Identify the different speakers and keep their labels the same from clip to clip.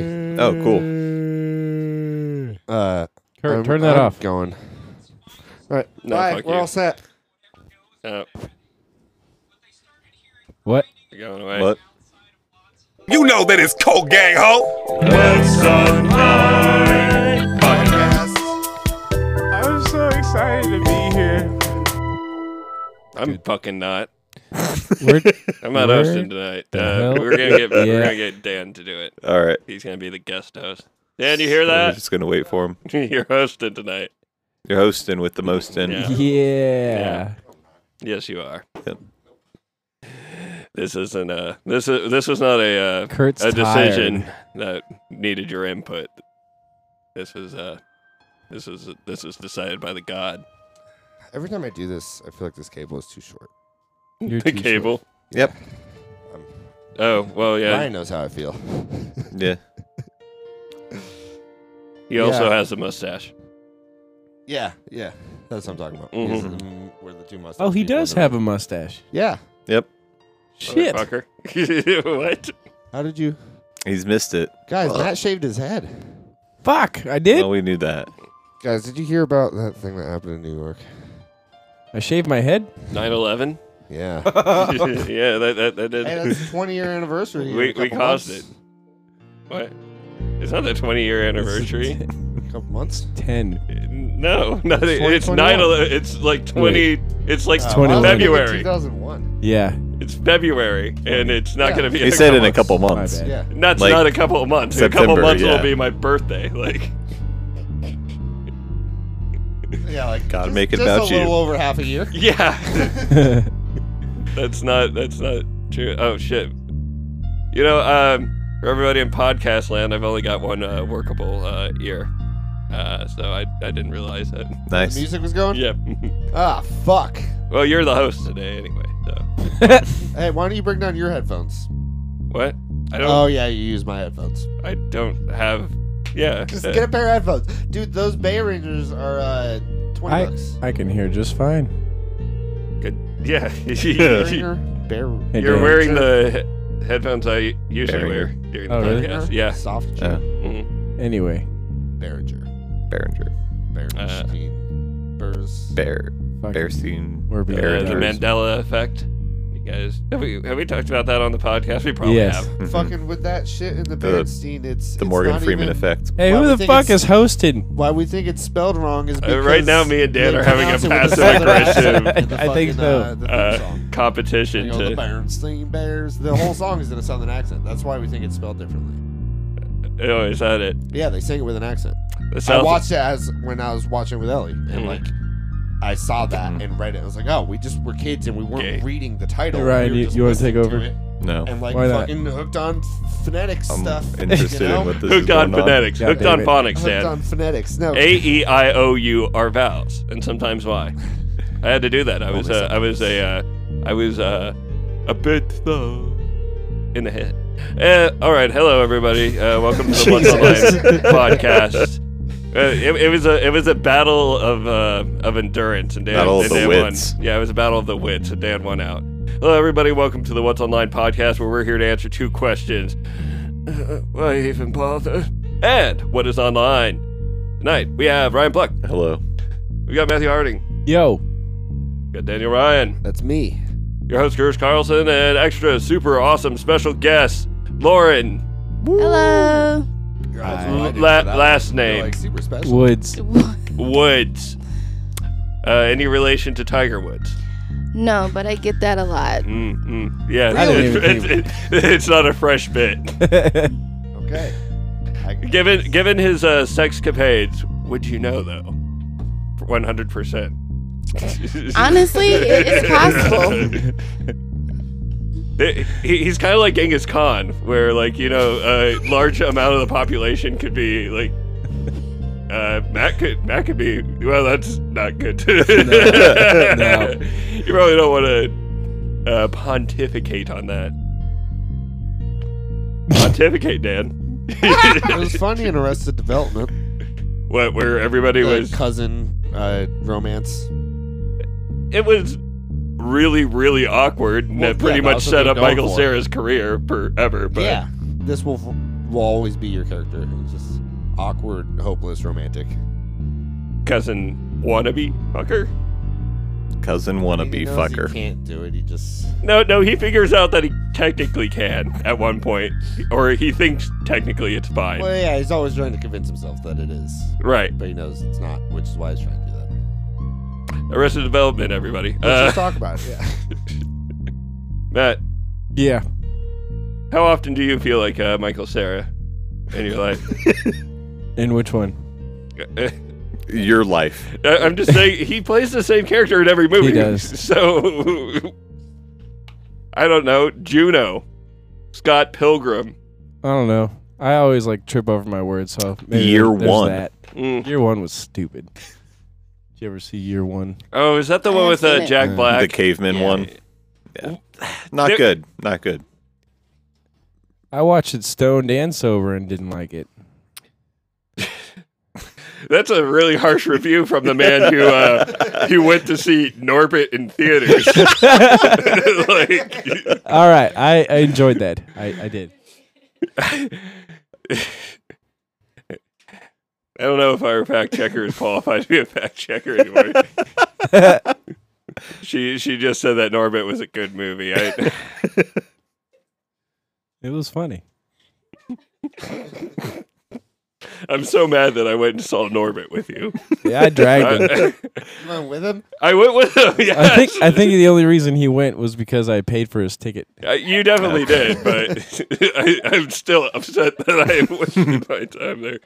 Speaker 1: Oh,
Speaker 2: Mm.
Speaker 1: cool.
Speaker 2: Uh,
Speaker 3: Kurt,
Speaker 2: I'm-
Speaker 3: Mm. turn that
Speaker 2: I'm
Speaker 3: off.
Speaker 2: Going. All right,
Speaker 1: No,
Speaker 2: bye.
Speaker 1: fuck
Speaker 2: We're
Speaker 1: you.
Speaker 2: all set.
Speaker 1: Uh,
Speaker 3: What?
Speaker 1: you're going away.
Speaker 4: What?
Speaker 5: You know that it's cold gang, ho.
Speaker 6: I'm so excited to be here.
Speaker 1: I'm fucking not.
Speaker 3: We're,
Speaker 1: I'm not
Speaker 3: Where
Speaker 1: hosting tonight.
Speaker 3: the
Speaker 1: Uh,
Speaker 3: hell?
Speaker 1: we're gonna get we're
Speaker 3: Yeah.
Speaker 1: gonna get Dan to do it.
Speaker 4: All right.
Speaker 1: He's gonna be the guest host. Dan, you hear
Speaker 4: We're
Speaker 1: that?
Speaker 4: just gonna wait for him.
Speaker 1: You're hosting tonight.
Speaker 4: You're hosting with the most in.
Speaker 1: Yeah.
Speaker 3: yeah.
Speaker 1: Yes, you are.
Speaker 4: Yep.
Speaker 1: This isn't a this is this was not a uh,
Speaker 3: Kurt's
Speaker 1: a decision
Speaker 3: tired.
Speaker 1: that needed your input. This was uh this is this was decided by the god.
Speaker 2: Every time I do this, I feel like this cable is too short. Um,
Speaker 3: You're
Speaker 1: the
Speaker 3: too short.
Speaker 1: cable.
Speaker 4: Yep.
Speaker 1: Oh well, yeah.
Speaker 2: Ryan knows how I feel.
Speaker 4: Yeah.
Speaker 1: He also
Speaker 2: Yeah.
Speaker 1: has a mustache.
Speaker 2: yeah, yeah, that's what I'm talking about.
Speaker 1: Mhm.
Speaker 2: He's the m- We're the two mustache
Speaker 3: Oh, he
Speaker 2: people
Speaker 3: does
Speaker 2: in the
Speaker 3: have
Speaker 2: room.
Speaker 3: a mustache.
Speaker 2: Yeah.
Speaker 4: Yep.
Speaker 3: Shit.
Speaker 1: Motherfucker. what?
Speaker 2: How did you
Speaker 4: He's missed it.
Speaker 2: guys? Matt shaved his head.
Speaker 3: Fuck. I did.
Speaker 4: Well, we knew that.
Speaker 2: Guys, did you hear about that thing that happened in New York?
Speaker 3: I shaved my head.
Speaker 1: 9/11.
Speaker 2: Yeah.
Speaker 1: yeah, that that that did.
Speaker 2: hey, that's the 20 year anniversary. in a
Speaker 1: we we
Speaker 2: couple
Speaker 1: caused
Speaker 2: months.
Speaker 1: it. What? It's not the 20 year anniversary.
Speaker 2: A couple months.
Speaker 3: Ten.
Speaker 1: No, not,
Speaker 2: It's
Speaker 1: it's
Speaker 2: 2021.
Speaker 1: 9 11. It's like 20. It's like
Speaker 2: Uh,
Speaker 3: 2011.
Speaker 1: February.
Speaker 2: 2001.
Speaker 3: Yeah.
Speaker 1: It's February, and it's not
Speaker 2: Yeah.
Speaker 1: going to be.
Speaker 4: He said in a couple months.
Speaker 3: My bad.
Speaker 2: Yeah.
Speaker 1: That's
Speaker 4: Like,
Speaker 1: not a couple of months. a couple
Speaker 4: September,
Speaker 1: months will
Speaker 4: yeah.
Speaker 1: be my birthday. Like,
Speaker 2: Yeah, like
Speaker 4: Gotta
Speaker 2: just-
Speaker 4: make it
Speaker 2: just
Speaker 4: about
Speaker 2: a little
Speaker 4: you.
Speaker 2: over half a year.
Speaker 1: yeah, that's not that's not true. Oh shit! You know, um, for everybody in podcast land, I've only got one uh, workable uh, ear, uh, so I I didn't realize that.
Speaker 2: The
Speaker 4: Nice.
Speaker 2: music was going.
Speaker 1: Yep.
Speaker 2: Ah, fuck.
Speaker 1: well, you're the host today, anyway. So
Speaker 2: Hey, why don't you bring down your headphones?
Speaker 1: what? I don't.
Speaker 2: Oh yeah, you use my headphones.
Speaker 1: I don't have. Yeah.
Speaker 2: Just
Speaker 1: uh,
Speaker 2: get a pair of headphones, dude. Those Bay Rangers are uh, 20
Speaker 3: I
Speaker 2: bucks.
Speaker 3: I can hear just fine.
Speaker 1: Good. Yeah.
Speaker 2: Behringer? Bear-
Speaker 3: Hey,
Speaker 1: You're
Speaker 3: Dan.
Speaker 1: wearing the he- headphones I usually
Speaker 4: Behringer.
Speaker 1: wear during the
Speaker 3: Oh, really?
Speaker 1: podcast.
Speaker 2: Behringer?
Speaker 1: Yeah.
Speaker 2: Soft
Speaker 4: Uh,
Speaker 2: drink.
Speaker 1: Mhm.
Speaker 3: Anyway,
Speaker 2: Behringer.
Speaker 4: Behringer.
Speaker 2: Behringer. Burs.
Speaker 4: Bear.
Speaker 3: fuck.
Speaker 4: Bearstein.
Speaker 3: We're being
Speaker 1: Uh,
Speaker 3: Yeah,
Speaker 1: the
Speaker 3: it is.
Speaker 1: Mandela effect. You guys, have we, have we talked about that on the podcast? We probably
Speaker 3: Yes.
Speaker 1: have.
Speaker 4: Mhm.
Speaker 2: Fucking with that shit in the,
Speaker 4: The-
Speaker 2: Bernstein, it's
Speaker 4: The
Speaker 2: it's
Speaker 4: Morgan
Speaker 2: not
Speaker 4: Freeman
Speaker 2: even-
Speaker 4: effect.
Speaker 3: Hey,
Speaker 2: Why
Speaker 3: who
Speaker 2: we
Speaker 3: the
Speaker 2: think
Speaker 3: fuck
Speaker 2: it's-
Speaker 3: is hosting?
Speaker 2: Why we think it's spelled wrong is
Speaker 1: Uh,
Speaker 2: because
Speaker 1: right now, me and Dan
Speaker 2: they
Speaker 1: are having a
Speaker 2: pronounce it with the
Speaker 1: passive
Speaker 2: feather in
Speaker 1: aggressive
Speaker 2: the
Speaker 3: I think
Speaker 2: fucking,
Speaker 3: so.
Speaker 2: Uh, the theme
Speaker 1: uh,
Speaker 2: song.
Speaker 1: competition
Speaker 2: You know, the
Speaker 1: to.
Speaker 2: Bernstein Bears. The whole song is in a southern accent. That's why we think it's spelled differently.
Speaker 1: Oh, is that it?
Speaker 2: Yeah, they sing it with an accent.
Speaker 1: The
Speaker 2: I
Speaker 1: South-
Speaker 2: watched it as when I was watching with Ellie, and
Speaker 1: Mhm.
Speaker 2: like I saw that and read it. I was like, oh, we just were kids and we weren't
Speaker 1: Okay.
Speaker 2: reading the title.
Speaker 3: Hey, Ryan,
Speaker 2: we were
Speaker 3: you-
Speaker 2: just
Speaker 3: you wanna take
Speaker 2: listening to
Speaker 3: over?
Speaker 2: it
Speaker 4: No.
Speaker 2: And like
Speaker 3: Why not?
Speaker 2: fucking hooked on ph- phonetics
Speaker 4: I'm
Speaker 2: stuff.
Speaker 4: interested
Speaker 2: you know?
Speaker 4: in what this is
Speaker 1: Hooked on
Speaker 4: going
Speaker 1: phonetics.
Speaker 3: God
Speaker 1: hooked
Speaker 3: damn
Speaker 1: on
Speaker 3: it.
Speaker 1: phonics,
Speaker 2: Hooked
Speaker 1: Dan.
Speaker 2: on phonetics. No,
Speaker 1: A E I O U are vowels, and sometimes Y. I had to do that. I was
Speaker 4: Only
Speaker 1: uh, I was a uh, I was uh, a bit slow in the head. Uh, all right, hello everybody. Uh, welcome to the Once Online podcast. Uh, it, it was a it was a battle of uh, of endurance and Dan,
Speaker 4: Battle of
Speaker 1: and
Speaker 4: the
Speaker 1: Dan
Speaker 4: wits.
Speaker 1: won. Yeah, it was a battle of the wits and Dan won out. Hello everybody, welcome to the What's Online podcast where we're here to answer two questions. Uh, why even bother? And what is online? Tonight we have Ryan Pluck.
Speaker 4: on. Hello.
Speaker 1: We got Matthew Harding.
Speaker 3: Yo,
Speaker 1: We got Daniel Ryan.
Speaker 2: that's me.
Speaker 1: Your host Gers Carlson and extra super awesome special guest Lauren.
Speaker 7: Hello.
Speaker 2: You're
Speaker 3: I-
Speaker 2: outside.
Speaker 1: La-
Speaker 2: You're
Speaker 1: last
Speaker 2: like
Speaker 1: name.
Speaker 2: super special.
Speaker 3: Woods.
Speaker 1: Woods. Uh, any relation to Tiger Woods?
Speaker 7: no, but I get that a lot.
Speaker 1: Mm, mm. Yeah,
Speaker 3: I don't
Speaker 1: it's,
Speaker 3: even
Speaker 1: it's, it's- it's not a fresh bit.
Speaker 2: Okay. I,
Speaker 1: given given his uh, sex capades, would you know though? One hundred percent.
Speaker 7: Honestly, it, it's possible.
Speaker 1: He- He's kind of like Genghis Khan, where like you know a large amount of the population could be like. Uh, Matt could Matt could be well. That's not good.
Speaker 3: No.
Speaker 1: You probably don't want to uh, pontificate on that. Pontificate, Dan.
Speaker 2: it was funny and Arrested Development.
Speaker 1: what? Where everybody
Speaker 2: The
Speaker 1: was?
Speaker 2: cousin uh, romance.
Speaker 1: It was really really awkward, and
Speaker 2: Well,
Speaker 1: that pretty
Speaker 2: yeah,
Speaker 1: much
Speaker 2: that's what
Speaker 1: set
Speaker 2: they're
Speaker 1: up
Speaker 2: going
Speaker 1: Michael
Speaker 2: for.
Speaker 1: Sarah's career forever. But
Speaker 2: yeah, this will f- will always be your character. He's just awkward, hopeless, romantic.
Speaker 1: Cousin wannabe fucker?
Speaker 4: Cousin
Speaker 2: He
Speaker 4: wannabe
Speaker 2: knows
Speaker 4: fucker.
Speaker 2: He can't do it. He just
Speaker 1: No, no, he figures out that he technically can at one point, or he thinks technically it's fine.
Speaker 2: well, yeah. He's always trying to convince himself that it is,
Speaker 1: Right.
Speaker 2: but he knows it's not, which is why he's trying to do that.
Speaker 4: Uh.
Speaker 1: Arrested Development, everybody.
Speaker 2: Let's
Speaker 1: Uh,
Speaker 2: just talk about it. Yeah.
Speaker 1: Matt,
Speaker 3: Yeah.
Speaker 1: how often do you feel like uh, Michael Sarah in your life?
Speaker 3: In which one?
Speaker 4: Your life.
Speaker 1: I- I'm just saying he plays the same character in every movie.
Speaker 3: He does.
Speaker 1: So I don't know. Juno, Scott Pilgrim.
Speaker 3: I don't know. I always like trip over my words, so maybe
Speaker 4: Year
Speaker 3: there- there's
Speaker 4: one.
Speaker 3: That.
Speaker 1: Mm.
Speaker 3: Year one was stupid. Did you ever see Year One?
Speaker 1: Oh, is that the
Speaker 7: I
Speaker 1: one
Speaker 7: haven't
Speaker 1: with
Speaker 7: seen
Speaker 1: uh,
Speaker 7: it.
Speaker 3: Mm.
Speaker 1: Jack
Speaker 4: The
Speaker 1: Black?
Speaker 4: caveman one. Yeah. Not
Speaker 1: There-
Speaker 4: good. Not good.
Speaker 3: I watched it stoned and sober and didn't like it.
Speaker 1: That's a really harsh review from the man who uh, who went to see Norbit in theaters. like,
Speaker 3: All right, I, I enjoyed that. I, I did.
Speaker 1: I don't know if I were a fact checker is qualified to be a fact checker anymore. she she just said that Norbit was a good movie. I,
Speaker 3: It was funny.
Speaker 1: I'm so mad that I went and saw Norbit with you.
Speaker 3: Yeah, I dragged him.
Speaker 1: I,
Speaker 2: You went with him.
Speaker 1: I went with him. Yes.
Speaker 3: I think I think the only reason he went was because I paid for his ticket.
Speaker 1: Uh, you definitely did, but I, I'm still upset that I wasted my time there.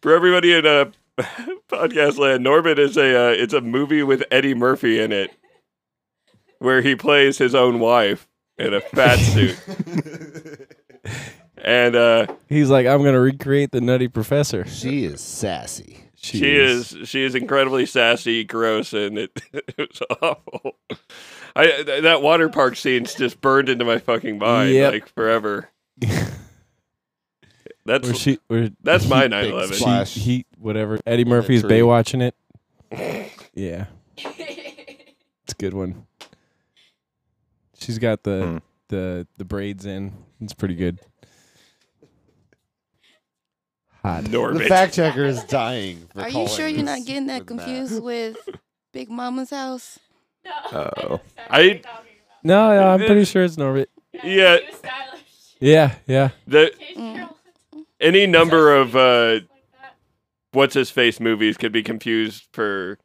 Speaker 1: For everybody in uh, podcast land, Norbit is a uh, it's a movie with Eddie Murphy in it, where he plays his own wife in a fat suit, and uh,
Speaker 3: He's like, I'm gonna recreate the Nutty Professor.
Speaker 2: She is sassy.
Speaker 1: she is she is incredibly sassy, gross, and it, it was awful. I th- that water park scene's just burned into my fucking mind
Speaker 3: Yep.
Speaker 1: like forever. That's
Speaker 3: Or she, or
Speaker 1: That's my
Speaker 2: Big
Speaker 1: 911.
Speaker 2: splat. Flash.
Speaker 3: she, he, whatever. Eddie Murphy's
Speaker 2: tree.
Speaker 3: Baywatch in it. Yeah, it's a good one. She's got the
Speaker 4: Hmm.
Speaker 3: the the braids in. It's pretty good. Hot.
Speaker 1: Norbit.
Speaker 2: The fact checker is dying. For
Speaker 7: Are you
Speaker 2: calling
Speaker 7: sure you're
Speaker 2: this
Speaker 7: not getting that
Speaker 2: with
Speaker 7: confused with Big Mama's house?
Speaker 4: Oh.
Speaker 1: I
Speaker 3: No, no, I'm pretty sure it's Norbit.
Speaker 1: yeah,
Speaker 3: Yeah, yeah.
Speaker 1: the
Speaker 7: Mm.
Speaker 1: any number of uh what's his face movies could be confused for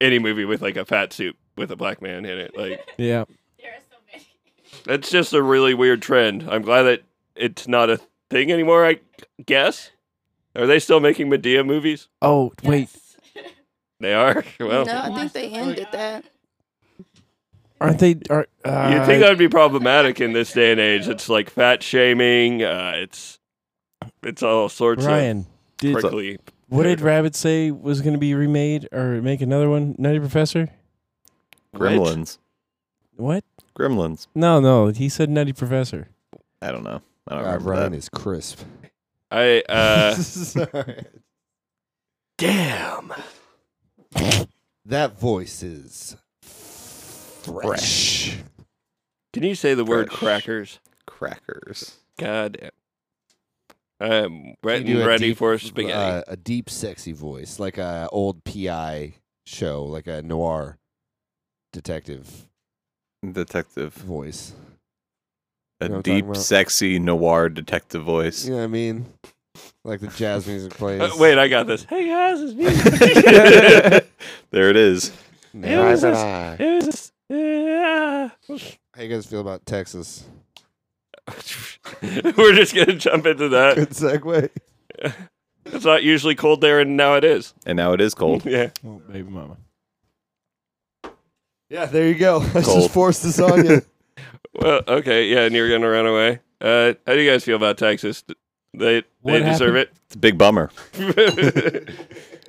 Speaker 1: any movie with like a fat suit with a black man in it. Like
Speaker 3: Yeah.
Speaker 1: that's just a really weird trend. I'm glad that it's not a thing anymore, I guess. Are they still making Medea movies?
Speaker 3: Oh, wait.
Speaker 1: They are. Well,
Speaker 7: no, I think they ended that.
Speaker 3: Aren't they are uh,
Speaker 1: You'd think that would be problematic in this day and age. It's like fat shaming. Uh, it's it's all sorts
Speaker 3: Ryan?
Speaker 1: of
Speaker 3: Did,
Speaker 1: prickly.
Speaker 3: what did Rabbit say was going to be remade or make another one? Nutty Professor?
Speaker 4: Gremlins.
Speaker 3: What?
Speaker 4: Gremlins.
Speaker 3: No, no. He said Nutty Professor.
Speaker 4: I don't know. I don't
Speaker 2: Matt. Uh,
Speaker 4: remember
Speaker 2: Ryan
Speaker 4: that.
Speaker 2: is crisp.
Speaker 1: I uh,
Speaker 2: Sorry.
Speaker 1: Damn.
Speaker 2: That voice is fresh.
Speaker 1: Can you say the word
Speaker 4: Fresh.
Speaker 1: crackers?
Speaker 4: Crackers.
Speaker 1: God damn. I'm wet
Speaker 2: Can you
Speaker 1: and
Speaker 2: do a
Speaker 1: Um, ready
Speaker 2: deep,
Speaker 1: for spaghetti.
Speaker 2: Uh, a deep, sexy voice, like a old PI show, like a noir detective
Speaker 4: Detective.
Speaker 2: voice.
Speaker 4: A
Speaker 2: You know what I'm talking
Speaker 4: deep,
Speaker 2: about?
Speaker 4: sexy noir detective voice.
Speaker 2: You know what I mean? Like the jazz music plays.
Speaker 1: Uh, wait, I got this. Hey guys, it's me.
Speaker 4: there it is.
Speaker 2: Never
Speaker 1: was
Speaker 2: had
Speaker 1: this-
Speaker 2: I.
Speaker 1: It was just- yeah.
Speaker 2: How you guys feel about Texas?
Speaker 1: We're just gonna jump into that.
Speaker 2: Good segue.
Speaker 1: It's not usually cold there, and now it is.
Speaker 4: And now it is cold.
Speaker 1: Yeah.
Speaker 3: Oh, baby mama.
Speaker 2: Yeah, there you go. I
Speaker 4: Cold.
Speaker 2: just forced this on you.
Speaker 1: Well, okay, yeah, and you're gonna run away. Uh, how do you guys feel about Texas? They they
Speaker 3: What
Speaker 1: deserve it.
Speaker 4: It's a big bummer.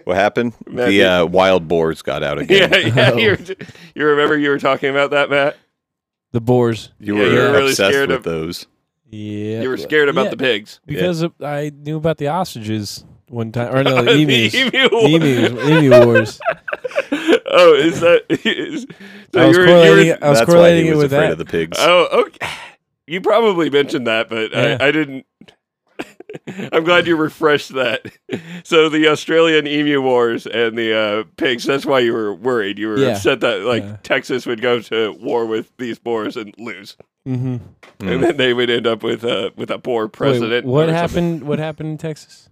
Speaker 4: What happened?
Speaker 1: Maybe.
Speaker 4: The uh, wild boars got out again.
Speaker 1: yeah, yeah. You're, you remember you were talking about that, Matt?
Speaker 3: The Boars.
Speaker 4: You
Speaker 1: Yeah,
Speaker 4: were
Speaker 1: you were really
Speaker 4: obsessed
Speaker 1: scared
Speaker 4: with
Speaker 1: of-
Speaker 4: those.
Speaker 3: Yeah.
Speaker 1: You were scared about the pigs.
Speaker 3: because of, I knew about the ostriches one time or no the emus.
Speaker 1: emu.
Speaker 3: emus, emu wars.
Speaker 1: oh, is that? Is, so
Speaker 3: I was
Speaker 1: you were,
Speaker 3: correlating,
Speaker 1: you were,
Speaker 3: it, I
Speaker 4: That's
Speaker 3: was
Speaker 4: why
Speaker 3: correlating
Speaker 4: he
Speaker 3: it
Speaker 4: was
Speaker 3: with
Speaker 4: afraid
Speaker 3: that.
Speaker 4: of the pigs.
Speaker 1: oh, okay. You probably mentioned that, but
Speaker 3: Yeah.
Speaker 1: I, I didn't. I'm glad you refreshed that. So the Australian emu wars and the uh, pigs. That's why you were worried. You were
Speaker 3: Yeah.
Speaker 1: upset that like
Speaker 3: Yeah.
Speaker 1: Texas would go to war with these boars and lose,
Speaker 3: Mm-hmm.
Speaker 4: Mm.
Speaker 1: and then they would end up with a with a poor president.
Speaker 3: what
Speaker 1: or something.
Speaker 3: happened? What happened in Texas?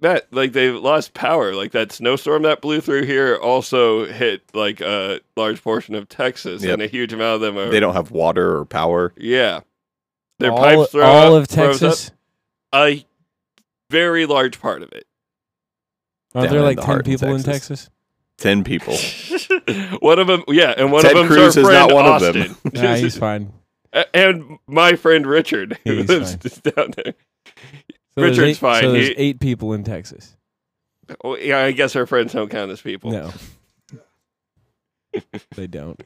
Speaker 1: That like they lost power. Like that snowstorm that blew through here also hit like a large portion of Texas,
Speaker 4: Yep.
Speaker 1: and a huge amount of them are
Speaker 4: They don't have water or power.
Speaker 1: Yeah. Their
Speaker 3: all,
Speaker 1: pipes throw
Speaker 3: all
Speaker 1: up,
Speaker 3: of
Speaker 1: froze
Speaker 3: Texas.
Speaker 1: Up. A very large part of it.
Speaker 3: Are
Speaker 4: Down
Speaker 3: there
Speaker 4: in
Speaker 3: like
Speaker 4: the
Speaker 3: ten
Speaker 4: heart in
Speaker 3: people in
Speaker 4: Texas.
Speaker 3: Texas?
Speaker 4: Ten people.
Speaker 1: one of them, yeah, and one
Speaker 4: Ted
Speaker 1: of them
Speaker 4: Cruz
Speaker 1: our
Speaker 4: is
Speaker 1: friend
Speaker 4: not one of
Speaker 1: Austin.
Speaker 4: them.
Speaker 3: Nah, he's fine.
Speaker 1: A- and my friend Richard, who
Speaker 3: He's
Speaker 1: lives
Speaker 3: fine.
Speaker 1: just down there.
Speaker 3: So there's eight,
Speaker 1: Richard's fine.
Speaker 3: So there's
Speaker 1: He-
Speaker 3: eight people in Texas.
Speaker 1: Oh, yeah, I guess our friends don't count as people.
Speaker 3: No, they don't.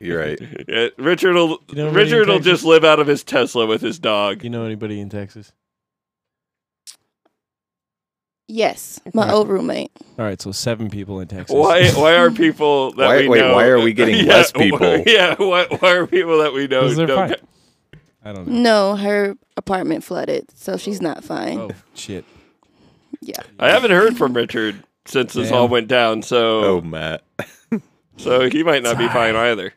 Speaker 4: You're right.
Speaker 1: Yeah, Richard will
Speaker 3: You know nobody in
Speaker 1: Richard will
Speaker 3: Texas?
Speaker 1: just live out of his Tesla with his dog.
Speaker 3: You know anybody in Texas?
Speaker 7: Yes, my
Speaker 3: Okay.
Speaker 7: old roommate.
Speaker 3: All right, so seven people in Texas.
Speaker 1: Why? Why are people that
Speaker 4: Why-
Speaker 1: we
Speaker 4: wait,
Speaker 1: know?
Speaker 4: why are we getting
Speaker 1: yeah,
Speaker 4: less
Speaker 1: why-
Speaker 4: people?
Speaker 1: Yeah. Why, why are people that we know?
Speaker 3: Because they're
Speaker 1: Don't
Speaker 3: fine.
Speaker 1: count?
Speaker 3: I don't know.
Speaker 7: No, her apartment flooded, so she's not fine.
Speaker 3: Oh shit!
Speaker 7: Yeah.
Speaker 1: I haven't heard from Richard since this
Speaker 3: Damn.
Speaker 1: all went down. So
Speaker 4: Oh, Matt.
Speaker 1: So he might not be fine either.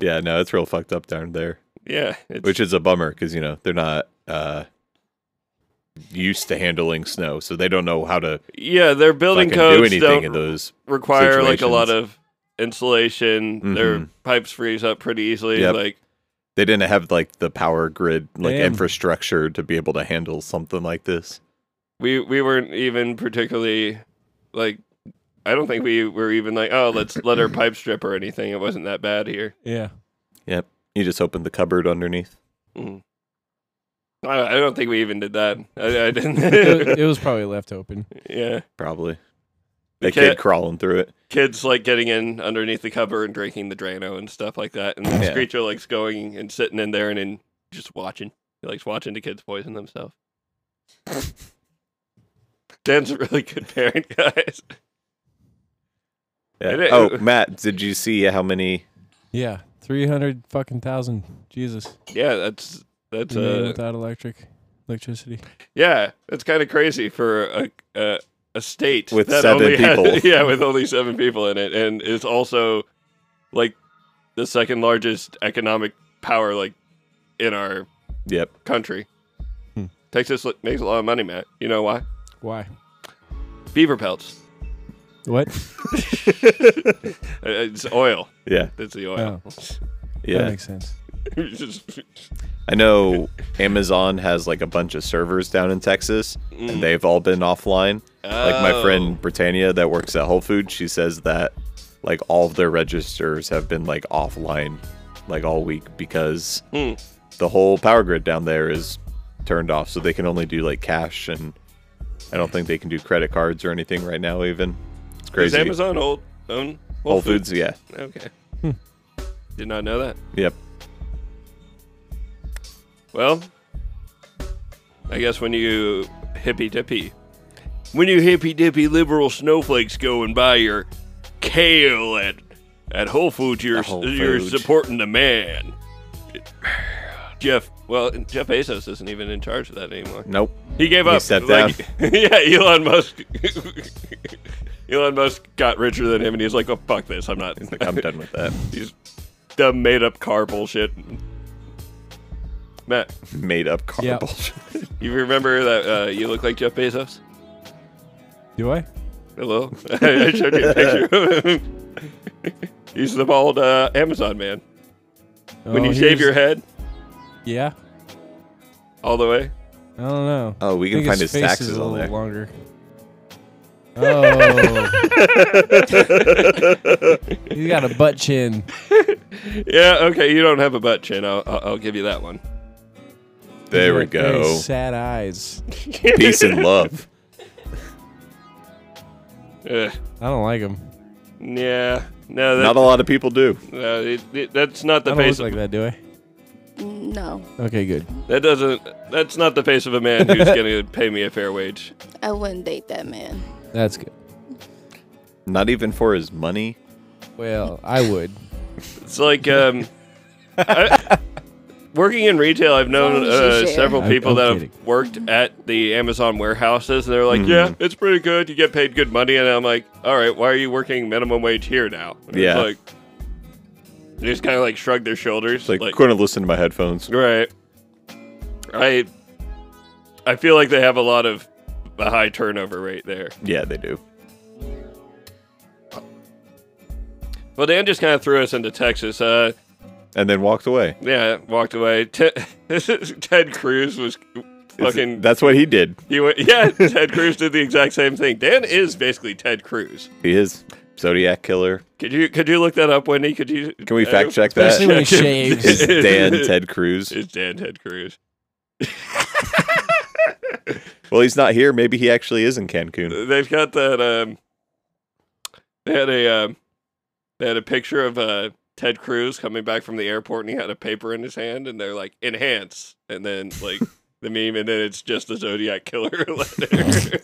Speaker 4: Yeah, no, it's real fucked up down there,
Speaker 1: Yeah. It's,
Speaker 4: which is a bummer because you know they're not uh, used to handling snow, so they don't know how to
Speaker 1: yeah, their building
Speaker 4: fucking do
Speaker 1: codes
Speaker 4: anything
Speaker 1: don't
Speaker 4: in those.
Speaker 1: require like a lot
Speaker 4: situations.
Speaker 1: of insulation. Their
Speaker 4: Mhm.
Speaker 1: pipes freeze up pretty easily.
Speaker 4: Yep.
Speaker 1: Like
Speaker 4: They didn't have like the power grid, like
Speaker 3: Damn.
Speaker 4: infrastructure to be able to handle something like this.
Speaker 1: we we weren't even particularly like I don't think we were even like oh let's let her pipe strip or anything. It wasn't that bad here.
Speaker 3: Yeah.
Speaker 4: Yep. You just opened the cupboard underneath.
Speaker 1: Mm. I, I don't think we even did that. I, I
Speaker 3: It,
Speaker 1: didn't.
Speaker 3: it was probably left open.
Speaker 1: yeah,
Speaker 4: Probably.
Speaker 1: The
Speaker 4: The kid
Speaker 1: cat-
Speaker 4: crawling through it.
Speaker 1: kids like getting in underneath the cover and drinking the Drano and stuff like that. And
Speaker 4: Yeah.
Speaker 1: Screecher likes going and sitting in there and, and just watching. He likes watching the kids poison themselves. Dan's a really good parent, guys.
Speaker 4: Yeah.
Speaker 1: It is-
Speaker 4: oh, Matt, did you see how many?
Speaker 3: Yeah, three hundred fucking thousand. Jesus,
Speaker 1: Yeah, that's that's
Speaker 3: Remain
Speaker 1: uh,
Speaker 3: without electric electricity.
Speaker 1: yeah, that's kind of crazy for a, a a state
Speaker 4: With
Speaker 1: that
Speaker 4: seven
Speaker 1: only has-
Speaker 4: people.
Speaker 1: yeah, with only seven people in it, and it's also like the second largest economic power like in our
Speaker 4: Yep.
Speaker 1: country.
Speaker 3: Hmm.
Speaker 1: Texas li- makes a lot of money, Matt. You know why?
Speaker 3: Why?
Speaker 1: Beaver pelts.
Speaker 3: What?
Speaker 1: Uh, It's oil.
Speaker 4: Yeah.
Speaker 1: It's the
Speaker 3: Oh.
Speaker 1: oil.
Speaker 3: That
Speaker 4: Yeah.
Speaker 3: makes sense.
Speaker 1: It's just-
Speaker 4: I know Amazon has like a bunch of servers down in Texas and they've all been offline. Like my
Speaker 1: Mm. Oh.
Speaker 4: friend Britannia that works at Whole Foods, she says that like all of their registers have been like offline like all week because
Speaker 1: Hmm.
Speaker 4: the whole power grid down there is turned off so they can only do like cash and I don't think they can do credit cards or anything right now even. It's
Speaker 1: Does
Speaker 4: crazy.
Speaker 1: Amazon old, own Whole,
Speaker 4: Whole Foods, yeah.
Speaker 1: Okay. Did not know that.
Speaker 4: Yep.
Speaker 1: Well, I guess when you hippy dippy, when you hippy dippy liberal snowflakes go and buy your kale at at Whole Foods, you're
Speaker 4: At Whole
Speaker 1: you're
Speaker 4: Foods.
Speaker 1: supporting the man. Jeff, well, Jeff Bezos isn't even in charge of that anymore.
Speaker 4: Nope.
Speaker 1: He gave
Speaker 4: He
Speaker 1: up.
Speaker 4: stepped
Speaker 1: yeah, Elon Musk. Elon Musk got richer than him, and he's like, "Oh fuck this! I'm not.
Speaker 4: I'm done with that.
Speaker 1: These dumb made up car bullshit." Matt,
Speaker 4: Made up car
Speaker 3: Yep.
Speaker 4: bullshit.
Speaker 1: you remember that uh, you look like Jeff Bezos?
Speaker 3: Do I?
Speaker 1: Hello, I showed you a picture. of him. he's the bald uh, Amazon man. When
Speaker 3: Oh,
Speaker 1: you shave
Speaker 3: here's-
Speaker 1: your head
Speaker 3: Yeah.
Speaker 1: all the way,
Speaker 3: I don't know.
Speaker 4: Oh, we can
Speaker 3: think
Speaker 4: find his
Speaker 3: face
Speaker 4: taxes
Speaker 3: is a
Speaker 4: on
Speaker 3: little
Speaker 4: there.
Speaker 3: longer. Oh. He's got a butt chin.
Speaker 1: yeah, okay, you don't have a butt chin. I'll, I'll, I'll give you that one.
Speaker 4: There we
Speaker 3: He's got very
Speaker 4: go.
Speaker 3: Sad eyes.
Speaker 4: Peace and love.
Speaker 1: Ugh.
Speaker 3: I don't like him.
Speaker 1: yeah, no, that,
Speaker 4: Not a lot of people do.
Speaker 1: Uh, it, it, that's not
Speaker 3: I
Speaker 1: the
Speaker 3: don't
Speaker 1: face.
Speaker 3: look
Speaker 1: Of,
Speaker 3: like that, do I?
Speaker 7: Mm, No,
Speaker 3: Okay, good.
Speaker 1: that doesn't. That's not the face of a man who's going to pay me a fair wage.
Speaker 7: I wouldn't date that man.
Speaker 3: That's good.
Speaker 4: Not even for his money.
Speaker 3: Well, I would.
Speaker 1: It's like um, I, working in retail, I've known
Speaker 7: As long as you
Speaker 1: uh,
Speaker 7: share.
Speaker 1: several
Speaker 3: I-
Speaker 1: people
Speaker 3: I'm
Speaker 1: that
Speaker 3: kidding.
Speaker 1: have worked at the Amazon warehouses, and they're like, "Yeah, it's pretty good. You get paid good money." And I'm like, "All right, why are you working minimum wage here now?" And it's
Speaker 4: Yeah.
Speaker 1: like they just kind of like shrug their shoulders,
Speaker 4: It's like, couldn't listen to my headphones.
Speaker 1: right. I I feel like they have a lot of a high turnover rate there.
Speaker 4: Yeah, they do.
Speaker 1: Well, Dan just kind of threw us into Texas. Uh,
Speaker 4: And then walked away.
Speaker 1: yeah, walked away. Te- Ted Cruz was
Speaker 4: It's-
Speaker 1: fucking.
Speaker 4: That's what he did.
Speaker 1: He went, yeah, Ted Cruz did the exact same thing. Dan is basically Ted Cruz.
Speaker 4: He is Zodiac killer.
Speaker 1: Could you could you look that up, Wendy? Could you?
Speaker 4: Can we
Speaker 1: uh,
Speaker 4: fact check
Speaker 3: Especially
Speaker 4: that?
Speaker 3: when he shaves.
Speaker 4: Is Dan Ted Cruz.
Speaker 1: Is Dan Ted Cruz?
Speaker 4: Well, he's not here. Maybe he actually is in Cancun.
Speaker 1: They've got that. Um, they had a um, they had a picture of uh, Ted Cruz coming back from the airport, and he had a paper in his hand, and they're like enhance, and then like the meme, and then it's just the Zodiac killer letter.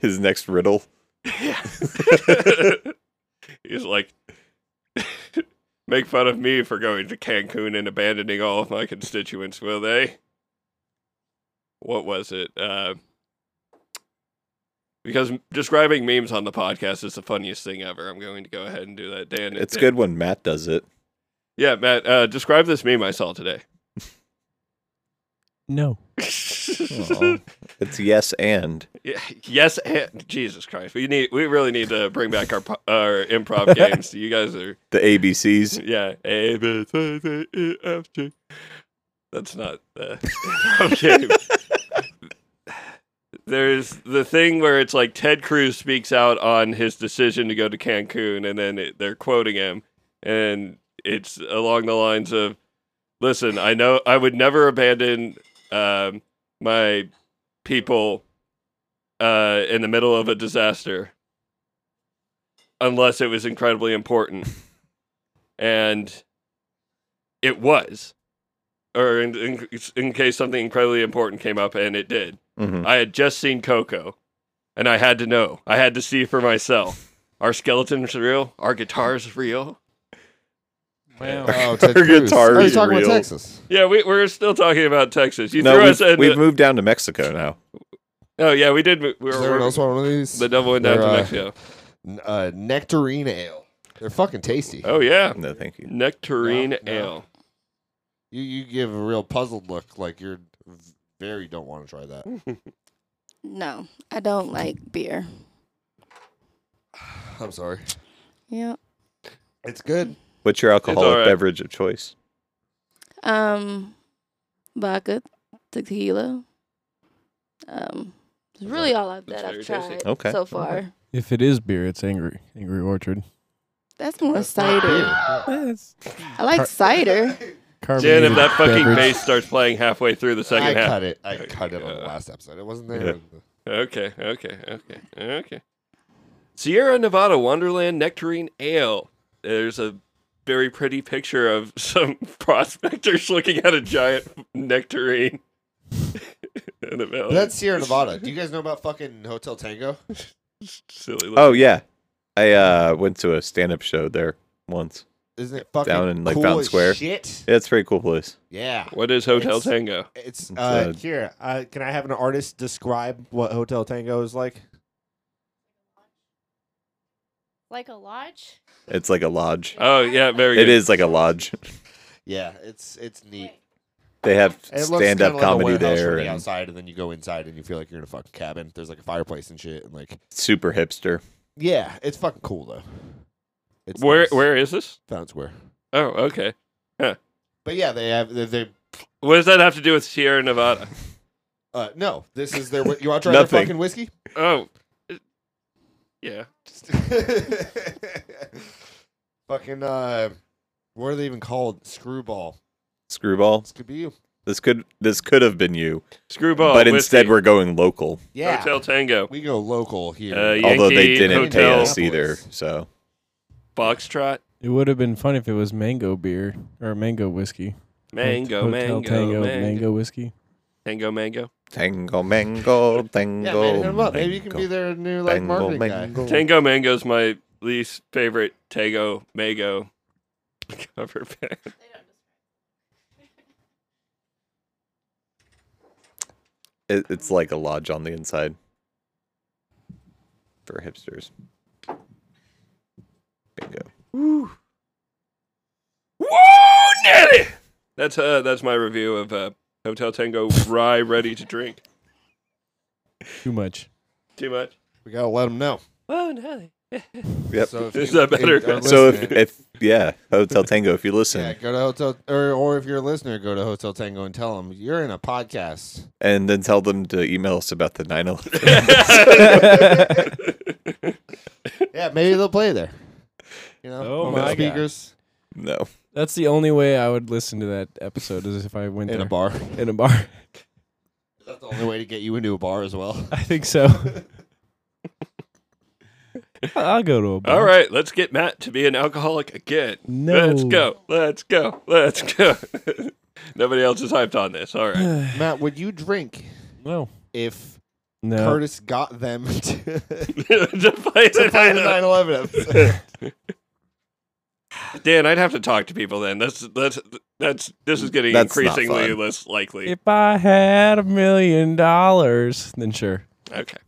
Speaker 4: His next riddle.
Speaker 1: He's like, make fun of me for going to Cancun and abandoning all of my constituents, will they? What was it? Uh, because describing memes on the podcast is the funniest thing ever. I'm going to go ahead and do that, Dan.
Speaker 4: It's
Speaker 1: Dan-
Speaker 4: good when Matt does it.
Speaker 1: Yeah, Matt, uh, describe this meme I saw today.
Speaker 3: No.
Speaker 4: It's yes and.
Speaker 1: Yeah, Yes, and Jesus Christ, we need we really need to bring back our po- our improv games. You guys are
Speaker 4: The ABCs.
Speaker 1: Yeah. A, B, C, D, E, F, G. That's not the okay. There's the thing where it's like Ted Cruz speaks out on his decision to go to Cancun, and then it, they're quoting him, and it's along the lines of, "Listen, I know I would never abandon um, my people uh, in the middle of a disaster unless it was incredibly important." and it was or in, in, in case something incredibly important came up and it did
Speaker 4: Mhm.
Speaker 1: i had just seen coco and i had to know i had to see for myself our skeleton's real our guitar's real
Speaker 3: uh,
Speaker 2: Oh, Ted
Speaker 4: Her
Speaker 2: Cruz. Oh,
Speaker 4: guitar
Speaker 2: you're
Speaker 4: is
Speaker 2: talking
Speaker 4: real.
Speaker 2: about Texas.
Speaker 1: yeah we, we're still talking about texas you
Speaker 4: No,
Speaker 1: threw
Speaker 4: we've,
Speaker 1: us in
Speaker 4: we've moved down to Mexico now.
Speaker 1: oh yeah we did mo- we
Speaker 2: Does
Speaker 1: were
Speaker 2: everyone else
Speaker 1: we're-
Speaker 2: want one of these?
Speaker 1: the double went down to
Speaker 2: They're, uh,
Speaker 1: mexico
Speaker 2: N- uh, nectarine ale. They're fucking tasty.
Speaker 1: oh yeah
Speaker 4: No, thank you.
Speaker 1: nectarine
Speaker 2: No, no.
Speaker 1: ale
Speaker 2: You you give a real puzzled look, like you're v- very don't want to try that.
Speaker 7: No, I don't like beer.
Speaker 2: I'm sorry.
Speaker 7: Yeah.
Speaker 2: It's good.
Speaker 4: What's your alcoholic
Speaker 1: alright.
Speaker 4: beverage of choice?
Speaker 7: Um, vodka, tequila. Um, it's really all of
Speaker 1: That's
Speaker 7: that
Speaker 1: very
Speaker 7: I've
Speaker 1: tasty.
Speaker 7: tried
Speaker 4: Okay,
Speaker 7: so far.
Speaker 3: If it is beer, it's Angry Angry Orchard.
Speaker 7: That's more
Speaker 2: Beer.
Speaker 7: cider. I like cider.
Speaker 1: Jan, if
Speaker 3: Carbonated
Speaker 1: that fucking
Speaker 3: beverage.
Speaker 1: bass starts playing halfway through the
Speaker 2: I
Speaker 1: second half
Speaker 2: cut it. I cut it on the
Speaker 1: Yeah.
Speaker 2: last episode. It wasn't there.
Speaker 1: Okay, okay, okay, okay. Sierra Nevada Wonderland Nectarine Ale. There's a very pretty picture of some prospectors looking at a giant nectarine in the
Speaker 2: But
Speaker 1: valley.
Speaker 2: that's Sierra Nevada. Do you guys know about fucking Hotel Tango?
Speaker 1: silly.
Speaker 4: Oh, yeah. I uh, went to a stand up show there once.
Speaker 2: Isn't it fucking
Speaker 4: Down in, like,
Speaker 2: cool
Speaker 4: Fountain
Speaker 2: as
Speaker 4: Square.
Speaker 2: Shit.
Speaker 4: Yeah, it's a pretty cool place.
Speaker 2: Yeah.
Speaker 1: What is Hotel
Speaker 2: It's-
Speaker 1: Tango?
Speaker 2: It's
Speaker 4: uh,
Speaker 2: uh, here. Uh, can I have an artist describe what Hotel Tango is like?
Speaker 8: Like a lodge?
Speaker 4: It's like a lodge.
Speaker 1: Oh yeah, very.
Speaker 4: It
Speaker 1: good.
Speaker 4: is like a lodge.
Speaker 2: Yeah, it's it's neat.
Speaker 4: They have
Speaker 2: And it looks
Speaker 4: stand up
Speaker 2: kinda like a
Speaker 4: comedy
Speaker 2: warehouse
Speaker 4: there
Speaker 2: from the
Speaker 4: and
Speaker 2: outside, and then you go inside and you feel like you're in a fucking cabin. There's like a fireplace and shit, and like
Speaker 4: super hipster.
Speaker 2: yeah, it's fucking cool though. It's
Speaker 1: Where
Speaker 2: nice.
Speaker 1: where is this?
Speaker 2: Fountain Square.
Speaker 1: Oh, okay.
Speaker 2: But yeah, they have they. they
Speaker 1: What does that have to do with Sierra Nevada?
Speaker 2: uh, no, this is their. You want to try their
Speaker 4: Nothing.
Speaker 2: fucking whiskey?
Speaker 1: Oh, it- yeah.
Speaker 2: fucking uh, what are they even called? Screwball.
Speaker 4: Screwball.
Speaker 2: This could be you.
Speaker 4: This could this could have been you.
Speaker 1: Screwball.
Speaker 4: but instead
Speaker 1: whiskey.
Speaker 4: we're going local.
Speaker 2: Yeah,
Speaker 1: Hotel Tango.
Speaker 2: we go local here.
Speaker 1: Uh, yeah.
Speaker 4: although they
Speaker 1: Yankee
Speaker 4: didn't pay
Speaker 1: Hotel.
Speaker 4: us either. So
Speaker 1: Foxtrot.
Speaker 3: It would have been fun if it was mango beer or mango whiskey.
Speaker 1: Mango,
Speaker 3: Hotel
Speaker 1: mango,
Speaker 3: Tango,
Speaker 1: mango, mango,
Speaker 3: whiskey.
Speaker 1: mango, mango.
Speaker 4: tango mango tango.
Speaker 2: Yeah, man, hit 'em up. Maybe you can
Speaker 4: mango,
Speaker 2: be their new like
Speaker 4: tango,
Speaker 2: marketing guy.
Speaker 4: mango.
Speaker 1: Tango Mango's my least favorite Tango Mango cover band.
Speaker 4: It, it's like a lodge on the inside for hipsters. Bingo.
Speaker 1: Woo, Nelly! That's uh, that's my review of uh, Hotel Tango Rye Ready to Drink.
Speaker 3: Too much.
Speaker 1: Too much.
Speaker 2: We gotta let them know.
Speaker 1: Whoa, Nelly.
Speaker 4: Yep.
Speaker 2: So if
Speaker 1: Is
Speaker 2: you-
Speaker 1: that better?
Speaker 2: if our
Speaker 4: so if,
Speaker 2: listener-
Speaker 4: if yeah, Hotel Tango, if you listen
Speaker 2: yeah, go to hotel or or if you're a listener, go to Hotel Tango and tell them you're in a podcast.
Speaker 4: and then tell them to email us about the 9/11.
Speaker 2: Yeah, maybe they'll play there. You know,
Speaker 3: Oh
Speaker 2: on the
Speaker 3: my God.
Speaker 2: speakers
Speaker 4: no.
Speaker 3: That's the only way I would listen to that episode is if I went
Speaker 2: in
Speaker 3: there.
Speaker 2: a bar.
Speaker 3: In a bar.
Speaker 2: That's the only way to get you into a bar as well.
Speaker 3: I think so. I'll go to a bar.
Speaker 1: All right, let's get Matt to be an alcoholic again.
Speaker 3: No.
Speaker 1: Let's go. Let's go. Let's go. Nobody else is hyped on this. All right.
Speaker 2: Matt, would you drink
Speaker 3: No.
Speaker 2: if
Speaker 3: No.
Speaker 2: Curtis got them to,
Speaker 1: To play
Speaker 2: to play the
Speaker 1: the
Speaker 2: 9/11 episode?
Speaker 1: Dan, I'd have to talk to people then. That's that's that's this is getting
Speaker 4: That's not
Speaker 1: increasingly
Speaker 4: fun.
Speaker 1: less likely.
Speaker 3: If I had a million dollars, then sure.
Speaker 1: Okay.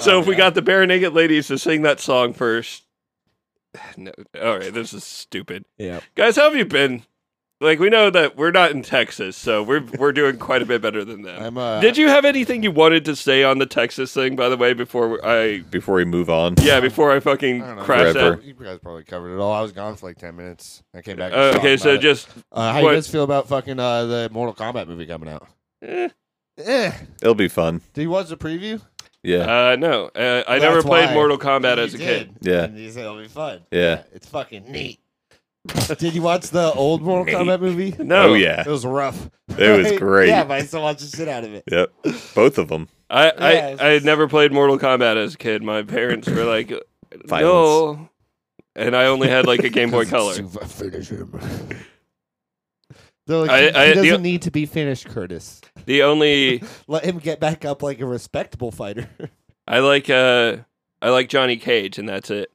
Speaker 1: So if we got the bare naked ladies to sing that song first. No, all right, this is stupid.
Speaker 3: Yeah.
Speaker 1: Guys, how have you been? Like we know that we're not in Texas, so we're we're doing quite a bit better than them.
Speaker 2: I'm, uh,
Speaker 1: Did you have anything you wanted to say on the Texas thing, by the way, before I
Speaker 4: Before we move on,
Speaker 1: yeah, before I fucking
Speaker 2: I don't know.
Speaker 1: crash
Speaker 4: Forever.
Speaker 1: out?
Speaker 2: You guys probably covered it all. I was gone for like ten minutes. I came back. and
Speaker 1: Uh,
Speaker 2: talked
Speaker 1: okay,
Speaker 2: about
Speaker 1: so
Speaker 2: it.
Speaker 1: just
Speaker 2: uh, how you
Speaker 1: what-
Speaker 2: guys feel about fucking uh, the Mortal Kombat movie coming out?
Speaker 1: eh,
Speaker 2: Eh.
Speaker 4: it'll be fun.
Speaker 2: Did you watch the preview?
Speaker 4: Yeah,
Speaker 1: uh, no, uh, I
Speaker 2: That's
Speaker 1: never played
Speaker 2: why
Speaker 1: Mortal Kombat
Speaker 2: You
Speaker 1: as a
Speaker 2: did.
Speaker 1: kid.
Speaker 4: Yeah.
Speaker 2: And you said it'll be fun.
Speaker 4: Yeah.
Speaker 2: It's fucking neat. did you watch the old Mortal Kombat movie?
Speaker 1: No,
Speaker 4: oh yeah,
Speaker 2: It was rough.
Speaker 4: It was great.
Speaker 2: yeah, but I still watched the shit out of it.
Speaker 4: yep. Both of them.
Speaker 1: I, I,
Speaker 2: Yeah, it's
Speaker 1: I had
Speaker 2: just-
Speaker 1: never played Mortal Kombat as a kid. My parents were like,
Speaker 4: Violence.
Speaker 1: no. And I only had like a Game Boy Color.
Speaker 2: Finish him. They're like,
Speaker 1: I-
Speaker 2: he,
Speaker 1: I-
Speaker 2: he doesn't
Speaker 1: the-
Speaker 2: need to be finished, Curtis.
Speaker 1: The only
Speaker 2: Let him get back up like a respectable fighter.
Speaker 1: I like uh I like Johnny Cage and that's it.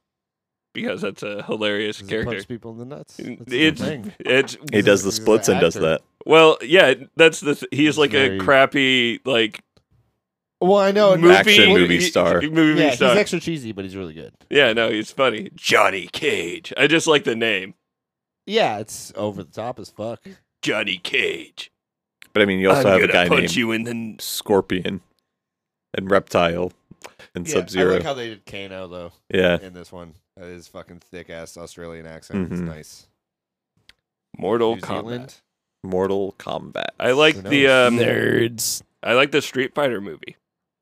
Speaker 1: Because that's a hilarious
Speaker 2: Just
Speaker 1: character.
Speaker 2: Punch people in the nuts. That's the
Speaker 1: It's
Speaker 2: thing.
Speaker 1: it's
Speaker 4: He does the
Speaker 2: He's an
Speaker 4: splits and does
Speaker 2: actor.
Speaker 4: that.
Speaker 1: well, yeah, that's the th- he's
Speaker 2: It's
Speaker 1: like
Speaker 2: very-
Speaker 1: a crappy like
Speaker 2: Well, I know.
Speaker 1: movie
Speaker 4: Action movie star.
Speaker 1: Movie
Speaker 2: yeah,
Speaker 1: star.
Speaker 2: he's extra cheesy, but he's really good.
Speaker 1: yeah, no, he's funny. Johnny Cage. I just like the name.
Speaker 2: Yeah, it's over the top as fuck.
Speaker 1: Johnny Cage.
Speaker 4: But I mean, you also
Speaker 1: I'm
Speaker 4: have a
Speaker 1: gonna
Speaker 4: guy
Speaker 1: punch
Speaker 4: named
Speaker 1: you in the
Speaker 4: Scorpion and Reptile and Sub
Speaker 2: I
Speaker 4: Zero.
Speaker 2: like how they did Kano though
Speaker 4: yeah,
Speaker 2: in this one. That is fucking thick ass Australian accent.
Speaker 4: Mhm.
Speaker 1: Mm-hmm.
Speaker 2: It's nice.
Speaker 1: Mortal
Speaker 2: New
Speaker 1: Kombat.
Speaker 2: Zealand.
Speaker 4: Mortal Kombat.
Speaker 1: I like
Speaker 2: Who
Speaker 1: the
Speaker 2: knows?
Speaker 1: um,
Speaker 3: Nerds.
Speaker 1: I like the Street Fighter movie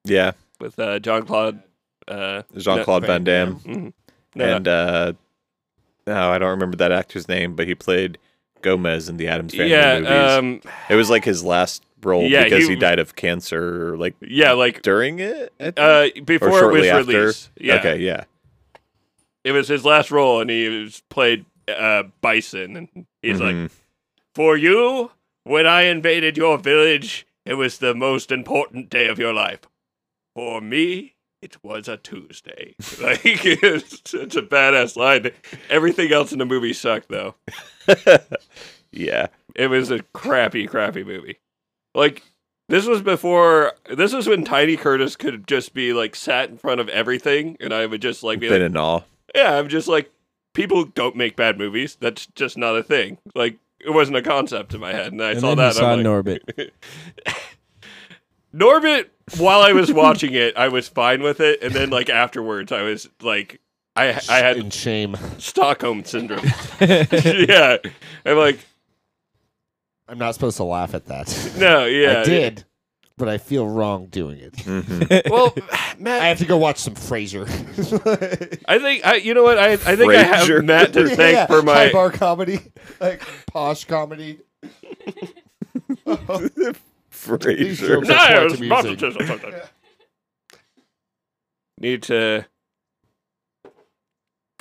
Speaker 4: yeah,
Speaker 1: with uh, John Claude. Uh,
Speaker 4: Jean Claude Van Damme
Speaker 1: mhm. No, no.
Speaker 4: and uh, no, I don't remember that actor's name, but he played Gomez in the Adams Family movies.
Speaker 1: yeah, um,
Speaker 4: it was like his last role
Speaker 1: Yeah,
Speaker 4: because
Speaker 1: he-
Speaker 4: he died of cancer, like
Speaker 1: yeah, like
Speaker 4: during it. I think?
Speaker 1: uh, before it was
Speaker 4: shortly after?
Speaker 1: released. Yeah,
Speaker 4: Okay, yeah,
Speaker 1: it was his last role, and he was played uh, Bison, and he's like,
Speaker 4: Mhm.
Speaker 1: "For you, when I invaded your village, it was the most important day of your life. For me." It was a Tuesday. Like it's, it's a badass line. Everything else in the movie sucked, though.
Speaker 4: Mm-hmm. yeah.
Speaker 1: It was a crappy, crappy movie. Like this was before. This was when Tiny Curtis could just be like sat in front of everything, and I would just like be
Speaker 4: Been
Speaker 1: like,
Speaker 4: in awe.
Speaker 1: yeah, I'm just like people don't make bad movies. That's just not a thing. Like it wasn't a concept in my head, and I
Speaker 3: and
Speaker 1: saw
Speaker 3: then
Speaker 1: that.
Speaker 3: He saw
Speaker 1: and I'm like,
Speaker 3: Norbit.
Speaker 1: Norbit. While I was watching it, I was fine with it, and then like afterwards, I was like, I I had
Speaker 2: in shame.
Speaker 1: Stockholm syndrome. yeah, I'm like,
Speaker 2: I'm not supposed to laugh at that.
Speaker 1: no, yeah,
Speaker 2: I did, but I feel wrong doing it.
Speaker 4: Mhm.
Speaker 1: Well, Matt,
Speaker 2: I have to go watch some Frasier.
Speaker 1: I think I, you know what I, I think I
Speaker 4: Frasier.
Speaker 1: have Matt to thank
Speaker 2: Yeah,
Speaker 1: for
Speaker 2: high
Speaker 1: my
Speaker 2: bar comedy, like posh comedy.
Speaker 4: Frasier.
Speaker 2: jokes- That's
Speaker 1: No,
Speaker 2: why
Speaker 1: it's
Speaker 2: to
Speaker 1: not-
Speaker 2: music.
Speaker 1: it's not- need to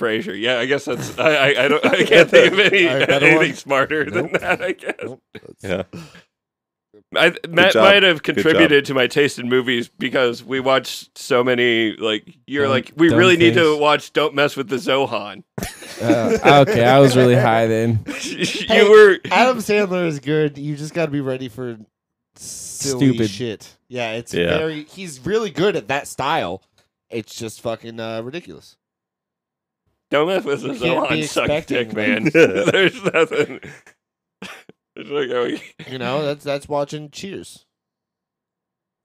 Speaker 1: Frasier. Yeah, I guess that's I I, I don't I can't think of any
Speaker 2: All right, better
Speaker 1: anything
Speaker 2: one?
Speaker 1: smarter than
Speaker 2: Nope.
Speaker 1: that. I guess
Speaker 2: Nope.
Speaker 4: Yeah.
Speaker 1: I, Matt
Speaker 4: job.
Speaker 1: might have
Speaker 4: job.
Speaker 1: contributed to my taste in movies because we watched so many. Like you're
Speaker 3: Dumb-
Speaker 1: like we
Speaker 3: dumb
Speaker 1: really need to
Speaker 3: things.
Speaker 1: watch. Don't mess with the Zohan.
Speaker 3: Oh, okay, I was really high then.
Speaker 1: you were
Speaker 2: Adam Sandler is good. You just got to be ready for silly
Speaker 3: Stupid.
Speaker 2: shit. Yeah, it's
Speaker 4: Yeah.
Speaker 2: very. He's really good at that style. It's just fucking uh, ridiculous.
Speaker 1: Don't mess with us.
Speaker 2: Can't be
Speaker 1: on suck
Speaker 2: expecting
Speaker 1: dick, man. There's nothing. oh, There's no going.
Speaker 2: You know, that's that's watching Cheers.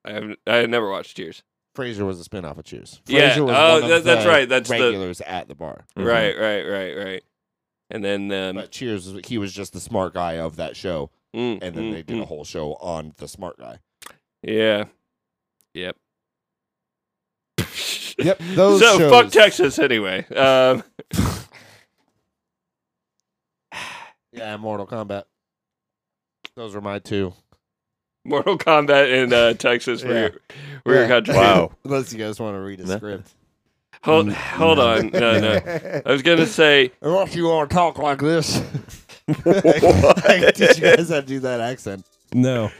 Speaker 1: I have I had never watched Cheers.
Speaker 2: Fraser was a spinoff of Cheers.
Speaker 1: Yeah,
Speaker 2: Frasier was
Speaker 1: oh,
Speaker 2: one of
Speaker 1: that- that's
Speaker 2: the
Speaker 1: right, that's the-
Speaker 2: regulars at the bar.
Speaker 4: Mhm.
Speaker 1: Right, right, right, right. And then um,
Speaker 2: Mm-hmm. But Cheers, was- he was just the smart guy of that show,
Speaker 1: mm,
Speaker 2: and then
Speaker 1: mm,
Speaker 2: they did
Speaker 1: mm.
Speaker 2: a whole show on the smart guy.
Speaker 1: Yeah. Yep.
Speaker 2: Yep, those
Speaker 1: so
Speaker 2: shows.
Speaker 1: fuck Texas anyway. Um,
Speaker 2: Yeah, Mortal Kombat. Those were my two.
Speaker 1: Mortal Kombat in uh, Texas were
Speaker 2: Yeah.
Speaker 1: your, were your
Speaker 2: Yeah.
Speaker 1: country.
Speaker 4: Wow.
Speaker 2: Unless you guys want to read a
Speaker 4: No.
Speaker 2: script. Mm.
Speaker 1: Hold hold on. No, no. I was gonna say
Speaker 2: Unless you want to talk like this. I teach you guys how to do that accent,
Speaker 3: No.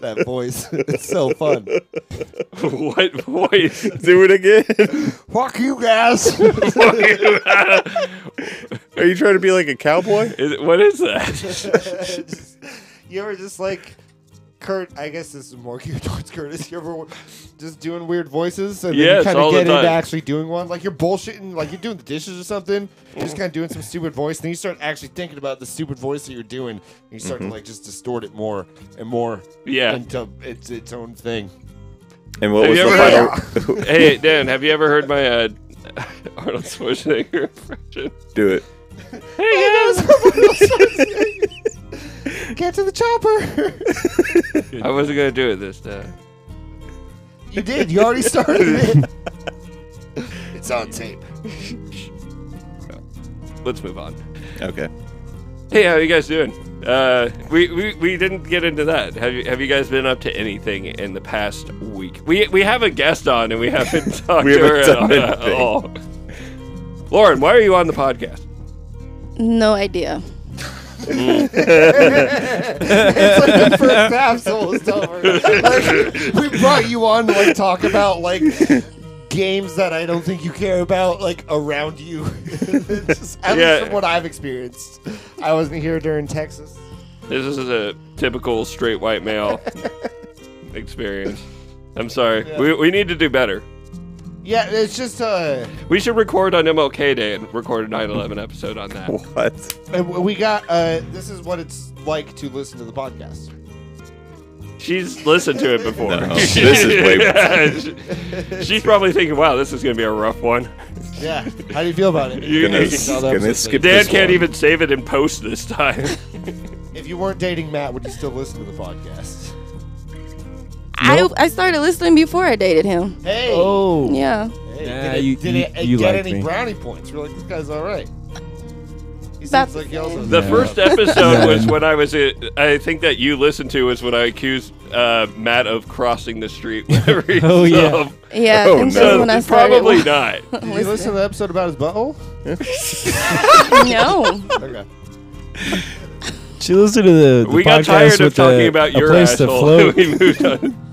Speaker 2: that voice. It's so fun.
Speaker 1: what voice?
Speaker 4: Do it again.
Speaker 2: Fuck you guys.
Speaker 4: Are you trying to be like a cowboy?
Speaker 1: Is it, what is that?
Speaker 2: Just- you ever just like Kurt? I guess this is more geared towards Curtis. You ever just doing weird voices and then
Speaker 1: Yes,
Speaker 2: you kind
Speaker 1: all
Speaker 2: of
Speaker 1: the
Speaker 2: get
Speaker 1: time.
Speaker 2: into actually doing one? Like you're bullshitting, like you're doing the dishes or something. You're just kind of doing some stupid voice, and then you start actually thinking about the stupid voice that you're doing, and you start to like just distort it more and more
Speaker 1: Mm-hmm. Yeah.
Speaker 2: into its its own thing.
Speaker 4: And what
Speaker 1: Have
Speaker 4: was
Speaker 1: you
Speaker 4: the
Speaker 1: ever-
Speaker 4: final?
Speaker 1: Hey Dan, have you ever heard my uh, Arnold Schwarzenegger impression?
Speaker 4: Do it.
Speaker 2: Get to the chopper.
Speaker 1: I wasn't gonna do it this uh, time.
Speaker 2: you did. You already started it. it's on tape.
Speaker 1: Let's move on.
Speaker 4: Okay.
Speaker 1: Hey, how you guys doing? Uh, we, we we didn't get into that. Have you have you guys been up to anything in the past week? We we have a guest on and we haven't talked
Speaker 4: We
Speaker 1: to her
Speaker 4: haven't done
Speaker 1: at, at
Speaker 4: anything.
Speaker 1: all. Lauren, why are you on the podcast?
Speaker 7: No idea.
Speaker 2: it's like the first half's almost over. Like, we brought you on to like talk about like games that I don't think you care about, like around you. Just, at
Speaker 1: Yeah.
Speaker 2: least from what I've experienced. I wasn't here during Texas.
Speaker 1: This is a typical straight white male experience. I'm sorry. We, we need to do better.
Speaker 2: Yeah, it's just uh,
Speaker 1: We should record on MLK Day and record a 9/11 episode on that.
Speaker 4: What?
Speaker 2: and we got uh, this is what it's like to listen to the podcast.
Speaker 1: She's listened to it before.
Speaker 4: No, this is way-
Speaker 1: Yeah, she- She's probably thinking, "Wow, this is going to be a rough one."
Speaker 2: Yeah, how do you feel about it?
Speaker 1: You-
Speaker 4: Gonna,
Speaker 1: you-
Speaker 2: all the
Speaker 4: gonna
Speaker 2: episodes.
Speaker 4: skip
Speaker 1: Dan
Speaker 4: this
Speaker 1: can't
Speaker 4: one.
Speaker 1: even save it and post this time.
Speaker 2: If you weren't dating Matt, would you still listen to the podcast?
Speaker 7: I I started listening before I dated him.
Speaker 2: Hey,
Speaker 3: Oh.
Speaker 7: Yeah.
Speaker 2: Hey,
Speaker 3: Nah,
Speaker 2: did it,
Speaker 3: you-
Speaker 2: did
Speaker 3: you-
Speaker 2: it, it
Speaker 3: you
Speaker 2: get
Speaker 3: like
Speaker 2: any
Speaker 3: me.
Speaker 2: brownie points? We're like, this guy's all right. He
Speaker 7: That's
Speaker 2: seems like he also
Speaker 1: the
Speaker 2: Yeah.
Speaker 1: first episode was when I was. In, I think that you listened to was when I accused uh, Matt of crossing the street. whenever he
Speaker 3: Oh, yeah.
Speaker 1: drove.
Speaker 7: Yeah.
Speaker 4: Oh,
Speaker 7: I think
Speaker 1: So
Speaker 7: that's when I started.
Speaker 1: probably not.
Speaker 2: Did you listen to the episode about his butthole?
Speaker 7: no.
Speaker 2: Okay.
Speaker 3: She listened to the, the
Speaker 1: we got
Speaker 3: podcast
Speaker 1: tired of
Speaker 3: with
Speaker 1: talking
Speaker 3: the-
Speaker 1: about
Speaker 3: a
Speaker 1: your
Speaker 3: place to
Speaker 1: asshole.
Speaker 3: float.
Speaker 1: we moved on.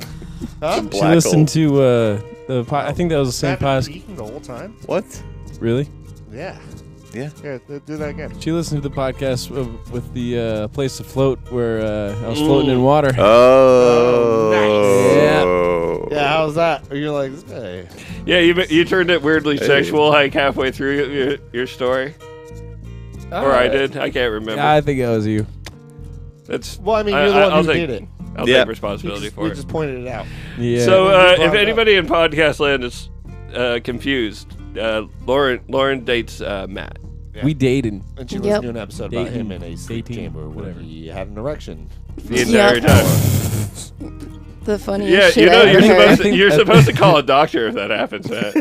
Speaker 2: Huh?
Speaker 3: She
Speaker 4: Black
Speaker 3: listened
Speaker 4: hole.
Speaker 3: to uh, the po- I think that was the same
Speaker 2: I've been
Speaker 3: podcast.
Speaker 2: peeking the whole time.
Speaker 4: What?
Speaker 3: Really?
Speaker 2: Yeah.
Speaker 4: Yeah.
Speaker 2: Yeah. th- Do that again.
Speaker 3: She listened to the podcast of, with the uh, place to float where uh, I was floating in water.
Speaker 4: Oh.
Speaker 3: Oh,
Speaker 2: Yeah. How's that? You're like, this guy.
Speaker 1: Yeah, you you turned it weirdly
Speaker 4: Hey.
Speaker 1: sexual like halfway through your, your story, or I did. I can't remember.
Speaker 3: Yeah, I think that was you.
Speaker 1: That's
Speaker 2: Well, Uh, I mean,
Speaker 1: I-
Speaker 2: you're the
Speaker 1: I-
Speaker 2: one
Speaker 1: I'll
Speaker 2: who
Speaker 1: take-
Speaker 2: did it.
Speaker 1: I'll
Speaker 4: Yeah.
Speaker 1: take
Speaker 2: We
Speaker 1: responsibility
Speaker 2: just,
Speaker 1: for
Speaker 2: we
Speaker 1: it.
Speaker 2: just pointed it out.
Speaker 3: Yeah.
Speaker 1: So, uh,
Speaker 2: brought
Speaker 1: if
Speaker 2: it up.
Speaker 1: anybody in podcast land is uh, confused, uh, Lauren Lauren dates uh, Matt.
Speaker 3: we dating.
Speaker 2: And she
Speaker 7: Yep.
Speaker 2: listened to an episode about
Speaker 3: Dating-
Speaker 2: him in a sleep
Speaker 3: dating,
Speaker 2: chamber where
Speaker 3: whatever.
Speaker 2: he had an erection.
Speaker 1: The entire
Speaker 7: Yeah.
Speaker 1: time.
Speaker 7: The funniest
Speaker 1: Yeah,
Speaker 7: shit
Speaker 1: you know
Speaker 7: I
Speaker 1: you're
Speaker 7: ever heard.
Speaker 1: supposed to,
Speaker 3: think-
Speaker 1: you're
Speaker 3: I
Speaker 1: supposed to call a doctor if that happens. Matt.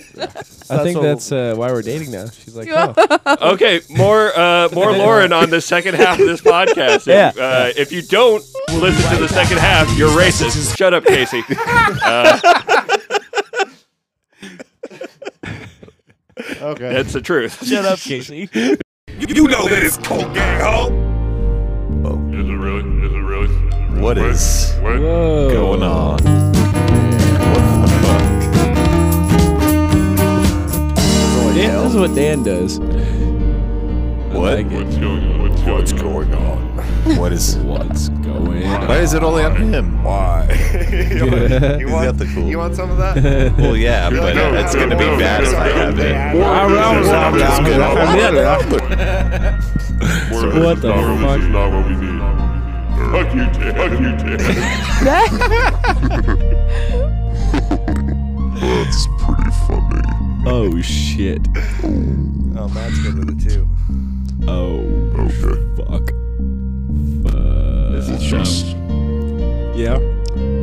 Speaker 3: I think
Speaker 2: all-
Speaker 3: that's uh, why we're dating now. She's like, oh,
Speaker 1: Okay, more uh, more Lauren on the second half of this podcast. If,
Speaker 3: Yeah.
Speaker 1: uh, if you don't listen to the second half, you're racist. Shut up, Casey.
Speaker 2: Okay.
Speaker 1: That's the truth. Shut
Speaker 3: up, Casey.
Speaker 5: You know that it's cold gang, ho.
Speaker 9: Is it really? Is it really?
Speaker 4: What is
Speaker 9: What?
Speaker 3: Whoa.
Speaker 4: going on? What the fuck? Holy
Speaker 3: Dan, this is
Speaker 4: hell.
Speaker 3: what Dan does.
Speaker 4: What?
Speaker 3: I like it.
Speaker 9: What's going on? What's going on?
Speaker 4: What is
Speaker 3: What's going
Speaker 4: Why is it only up to him?
Speaker 5: Why?
Speaker 2: you, want, you,
Speaker 4: He's
Speaker 2: want,
Speaker 4: got the cool.
Speaker 2: you want some of that?
Speaker 4: Well, yeah,
Speaker 9: You're
Speaker 4: but
Speaker 9: like, no,
Speaker 4: it's
Speaker 9: no,
Speaker 4: going to be
Speaker 9: no,
Speaker 4: bad
Speaker 9: no,
Speaker 4: if I
Speaker 9: no,
Speaker 4: have
Speaker 9: no,
Speaker 4: it.
Speaker 3: What the
Speaker 9: This is
Speaker 3: fuck?
Speaker 9: not what we need. Fuck you, Ted. Fuck you, Ted.
Speaker 5: That's pretty funny.
Speaker 3: Oh shit.
Speaker 10: Oh, Matt's good with it too.
Speaker 3: Oh fuck.
Speaker 10: This is
Speaker 5: Just
Speaker 3: Yeah.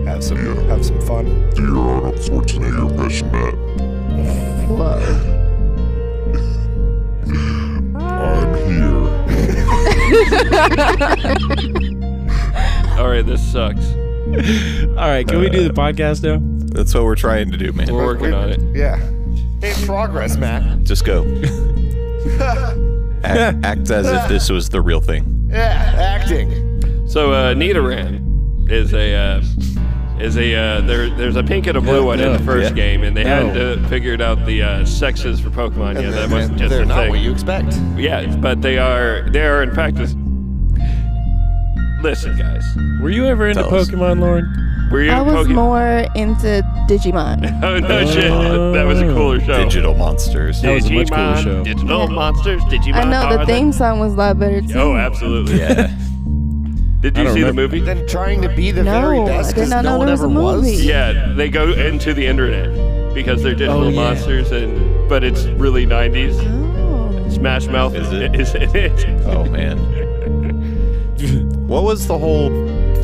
Speaker 10: Have some, have some fun.
Speaker 5: do your Arnold Schwarzenegger impression, Matt. I'm here.
Speaker 1: All right, this sucks.
Speaker 3: All right, can we do the podcast now?
Speaker 4: That's what we're trying to do, man.
Speaker 1: We're working on it.
Speaker 2: Yeah. In progress, Mac.
Speaker 4: Just go. act, act as if this was the real thing.
Speaker 2: Yeah, acting.
Speaker 1: So uh, Nidoran is a uh, is a uh, there. There's a pink and a blue one in the first
Speaker 4: yeah.
Speaker 1: game, and they hadn't uh, figured out the uh, sexes for Pokemon yet. That wasn't just
Speaker 2: They're
Speaker 1: a
Speaker 2: not
Speaker 1: thing.
Speaker 2: what you expect.
Speaker 1: yeah, but they are they are in practice. Listen, guys,
Speaker 3: Were you ever into
Speaker 4: Tell us.
Speaker 3: Pokemon, Lauren?
Speaker 1: were you
Speaker 7: I was
Speaker 1: Pokemon?
Speaker 7: more into Digimon.
Speaker 1: oh no shit! That was a cooler show.
Speaker 4: Digital monsters.
Speaker 3: That was a much cooler
Speaker 1: Digimon,
Speaker 3: show.
Speaker 1: Digital
Speaker 7: Yeah.
Speaker 1: monsters, Digimon.
Speaker 7: I know the
Speaker 1: are
Speaker 7: theme song was a lot better too.
Speaker 1: Oh, absolutely.
Speaker 4: Yeah.
Speaker 1: Did you
Speaker 3: don't
Speaker 1: see the
Speaker 3: remember.
Speaker 1: movie?
Speaker 2: Then trying to be the
Speaker 7: No,
Speaker 2: very
Speaker 7: I
Speaker 2: best
Speaker 7: did
Speaker 2: because
Speaker 7: not
Speaker 2: no
Speaker 7: know
Speaker 2: one
Speaker 7: there was
Speaker 2: ever
Speaker 7: a
Speaker 2: was.
Speaker 7: movie.
Speaker 1: Yeah, they go into the internet because they're digital
Speaker 3: Oh, yeah.
Speaker 1: monsters, and but it's really 90s.
Speaker 7: Oh.
Speaker 1: Smash Mouth
Speaker 4: Is
Speaker 1: is
Speaker 4: it?
Speaker 1: in it.
Speaker 4: Oh, man. What was the whole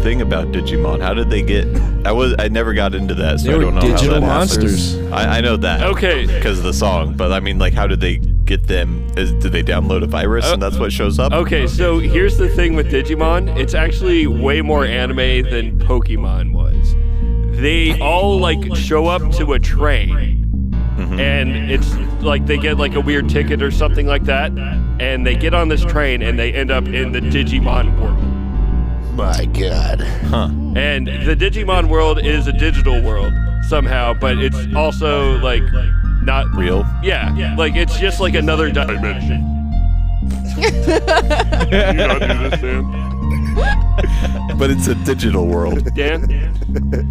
Speaker 4: thing about Digimon? How did they get. I was I never got into that, so
Speaker 3: They
Speaker 4: I
Speaker 3: were
Speaker 4: don't know
Speaker 3: digital
Speaker 4: how that
Speaker 3: monsters.
Speaker 4: happened. I, I know that.
Speaker 1: Okay.
Speaker 4: Because of the song, but I mean, like, how did they get them? Is, did they download a virus and that's what shows up?
Speaker 1: Okay, so here's the thing with Digimon. It's actually way more anime than Pokemon was. They all like show up to a train.
Speaker 3: Mm-hmm.
Speaker 1: And it's like they get like a weird ticket or something like that, and they get on this train and they end up in the Digimon world.
Speaker 2: My God.
Speaker 1: And the Digimon world is a digital world somehow, but it's also like not
Speaker 4: Real?
Speaker 1: Yeah, like it's just like another dimension.
Speaker 9: Can you not do this, Dan?
Speaker 4: But it's a digital world.
Speaker 1: Dan,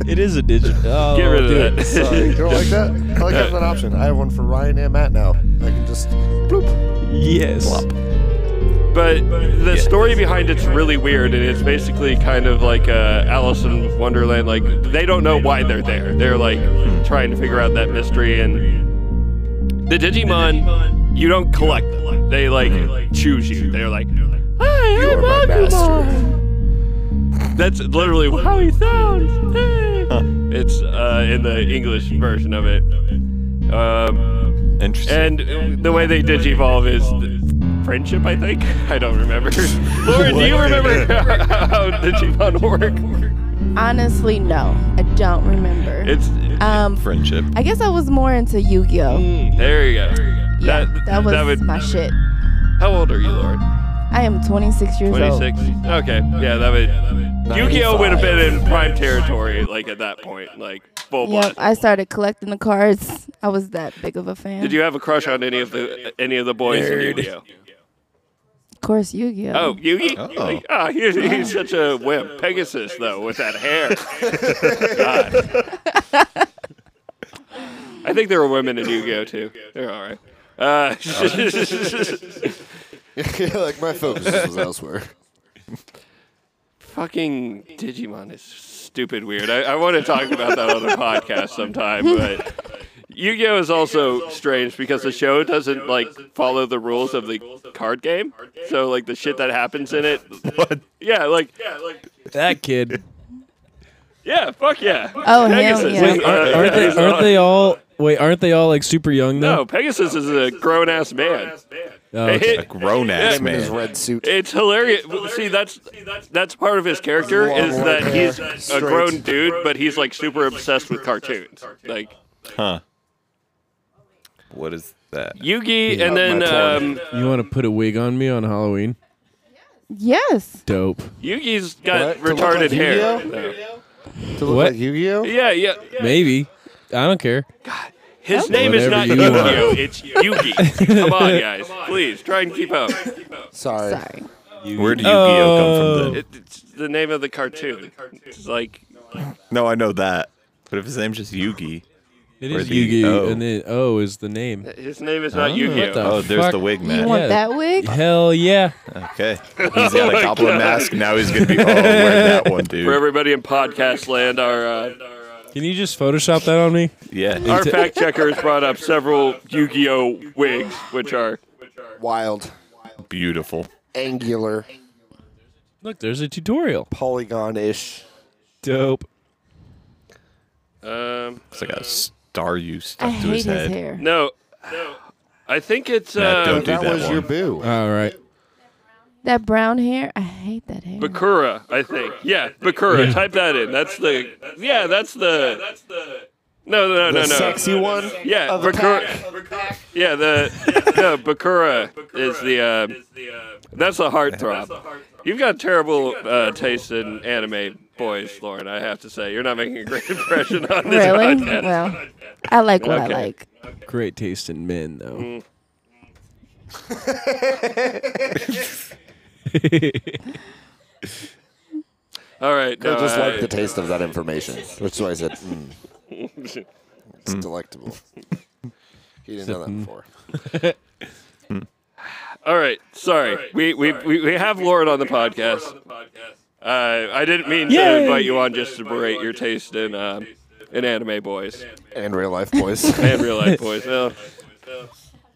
Speaker 3: It is a digital. Oh,
Speaker 1: get rid of
Speaker 3: dude.
Speaker 1: that.
Speaker 2: You don't like that? I like having that option. I have one for Ryan and Matt now. I can just bloop.
Speaker 3: Yes.
Speaker 1: But the story behind it's really weird, and it's basically kind of like uh, Alice in Wonderland. Like they don't know why they're there. They're like trying to figure out that mystery. And the Digimon, you don't collect them. They like choose you. They're like, "Hi, I'm Agumon." That's literally how he sounds. Hey. It's uh, in the English version of it. Um,
Speaker 4: Interesting.
Speaker 1: and uh, the way they digivolve is th- friendship, I think. I don't remember. Lauren, do you remember how Digimon work?
Speaker 7: Honestly, no, I don't remember.
Speaker 1: It's
Speaker 7: um,
Speaker 4: Friendship.
Speaker 7: I guess I was more into Yu-Gi-Oh.
Speaker 1: there you go.
Speaker 7: Yeah, that, was
Speaker 1: Mm, would-
Speaker 7: my shit.
Speaker 1: How old are you, Lauren?
Speaker 7: I am 26 years old.
Speaker 1: 26. Okay, yeah, that would. Yu-Gi-Oh would have been in prime territory, like at that point, like full
Speaker 7: Yep,
Speaker 1: blast.
Speaker 7: I started collecting the cards. I was that big of a fan.
Speaker 1: Did you have a crush on any of the any of the boys in Yu-Gi-Oh?
Speaker 7: Of course, Yu-Gi-Oh.
Speaker 1: Oh, Yugi?
Speaker 4: Oh.
Speaker 1: Ah, he's, he's such a wimp. Pegasus, though, with that hair. God. I think there were women in Yu-Gi-Oh too. They're all right. Uh,
Speaker 2: like my focus was elsewhere.
Speaker 1: fucking Digimon is stupid weird. I, I want to talk about that on the podcast sometime, but Yu-Gi-Oh is also strange because the show doesn't like follow the rules of the card game. So like the shit that happens in it.
Speaker 4: What?
Speaker 1: Yeah, like
Speaker 3: That kid.
Speaker 1: yeah, fuck yeah.
Speaker 7: Oh, hell
Speaker 1: Pegasus.
Speaker 7: yeah.
Speaker 1: Wait, uh,
Speaker 3: Aren't, aren't they? Aren't they all? Wait, aren't they all like super young
Speaker 1: No,
Speaker 3: though?
Speaker 1: Pegasus is a grown ass man.
Speaker 3: No. Oh, okay.
Speaker 4: A grown ass
Speaker 1: Yeah.
Speaker 2: In his
Speaker 4: man.
Speaker 2: red suit.
Speaker 1: It's hilarious. See, that's that's part of his character
Speaker 2: Long
Speaker 1: is that
Speaker 2: white
Speaker 1: he's
Speaker 2: hair,
Speaker 1: a
Speaker 2: straight.
Speaker 1: grown dude, but he's like super obsessed with cartoons. Like
Speaker 4: Huh. What is that?
Speaker 1: Yugi, and then um,
Speaker 3: You want to put a wig on me on Halloween?
Speaker 7: Yes.
Speaker 3: Dope.
Speaker 1: Yugi's
Speaker 2: What?
Speaker 1: got
Speaker 2: To look
Speaker 1: retarded
Speaker 2: like
Speaker 1: hair.
Speaker 2: Yu-Gi-Oh?
Speaker 1: though.
Speaker 2: to look
Speaker 3: what?
Speaker 2: like Yu-Gi-Oh?
Speaker 1: Yeah, yeah.
Speaker 3: Maybe. I don't care.
Speaker 1: His name is not
Speaker 3: Whatever you want.
Speaker 1: Yu-Gi-Oh. It's Yugi. Come on, guys. Please try and keep up.
Speaker 2: Sorry.
Speaker 7: Sorry.
Speaker 4: Where did Yu-Gi-Oh come from? Then?
Speaker 1: It- it's- the name of the cartoon. It's like
Speaker 4: No, I know that. But if his name's just Yugi,
Speaker 3: It
Speaker 4: Or
Speaker 3: is
Speaker 4: the
Speaker 3: Yugi,
Speaker 4: O.
Speaker 3: and then O is the name.
Speaker 1: his name is not
Speaker 3: Oh,
Speaker 1: Yu-Gi-Oh.
Speaker 3: what the
Speaker 4: oh, there's
Speaker 3: fuck?
Speaker 4: the wig
Speaker 7: You
Speaker 4: man.
Speaker 7: want
Speaker 3: Yeah.
Speaker 7: that wig?
Speaker 3: Uh, Hell yeah!
Speaker 4: Okay, he's got a goblin mask. Now he's gonna be oh, wear that one,
Speaker 1: For
Speaker 4: dude.
Speaker 1: everybody in podcast land, our uh,
Speaker 3: Can you just Photoshop that on me?
Speaker 4: Yeah,
Speaker 1: our fact checker has brought up several Yu-Gi-Oh wigs, which are
Speaker 2: Wild,
Speaker 4: beautiful.
Speaker 2: angular,
Speaker 3: Look, there's a tutorial.
Speaker 2: polygon-ish.
Speaker 3: Dope.
Speaker 1: um,
Speaker 4: It's like a star you stuck
Speaker 7: I
Speaker 4: to
Speaker 7: hate
Speaker 4: his
Speaker 7: his,
Speaker 4: head.
Speaker 7: hair.
Speaker 1: no, I think it's
Speaker 4: Nah,
Speaker 1: uh,
Speaker 4: don't do
Speaker 2: that,
Speaker 4: that
Speaker 2: was
Speaker 4: one.
Speaker 2: your boo.
Speaker 3: All right.
Speaker 7: That brown hair, I hate that hair.
Speaker 1: Bakura. I think yeah, Bakura. Type that in. That's the yeah. That's the no no no no
Speaker 2: the
Speaker 1: no
Speaker 2: sexy one.
Speaker 1: Yeah,
Speaker 2: of the
Speaker 1: Bakura.
Speaker 2: pack.
Speaker 1: Yeah, the no, Bakura is the uh, that's a heartthrob. You've got terrible uh, taste in anime, boys, Lauren. I have to say, you're not making a great impression on this
Speaker 7: Really?
Speaker 1: podcast.
Speaker 7: Well, I like what
Speaker 1: Okay.
Speaker 7: I like.
Speaker 3: Great taste in men, though.
Speaker 1: All right,
Speaker 2: I
Speaker 1: no,
Speaker 2: just
Speaker 1: I-
Speaker 2: like the taste of that information, which is why I said, mm. it's
Speaker 1: Mm.
Speaker 2: delectable. He didn't know that before.
Speaker 1: All right, sorry. we, we, we we have Lauren on the podcast. Uh, I didn't mean to
Speaker 3: Yay!
Speaker 1: invite you on just to berate your taste in um, in anime, boys,
Speaker 2: And real life boys.
Speaker 1: and real life boys. Well,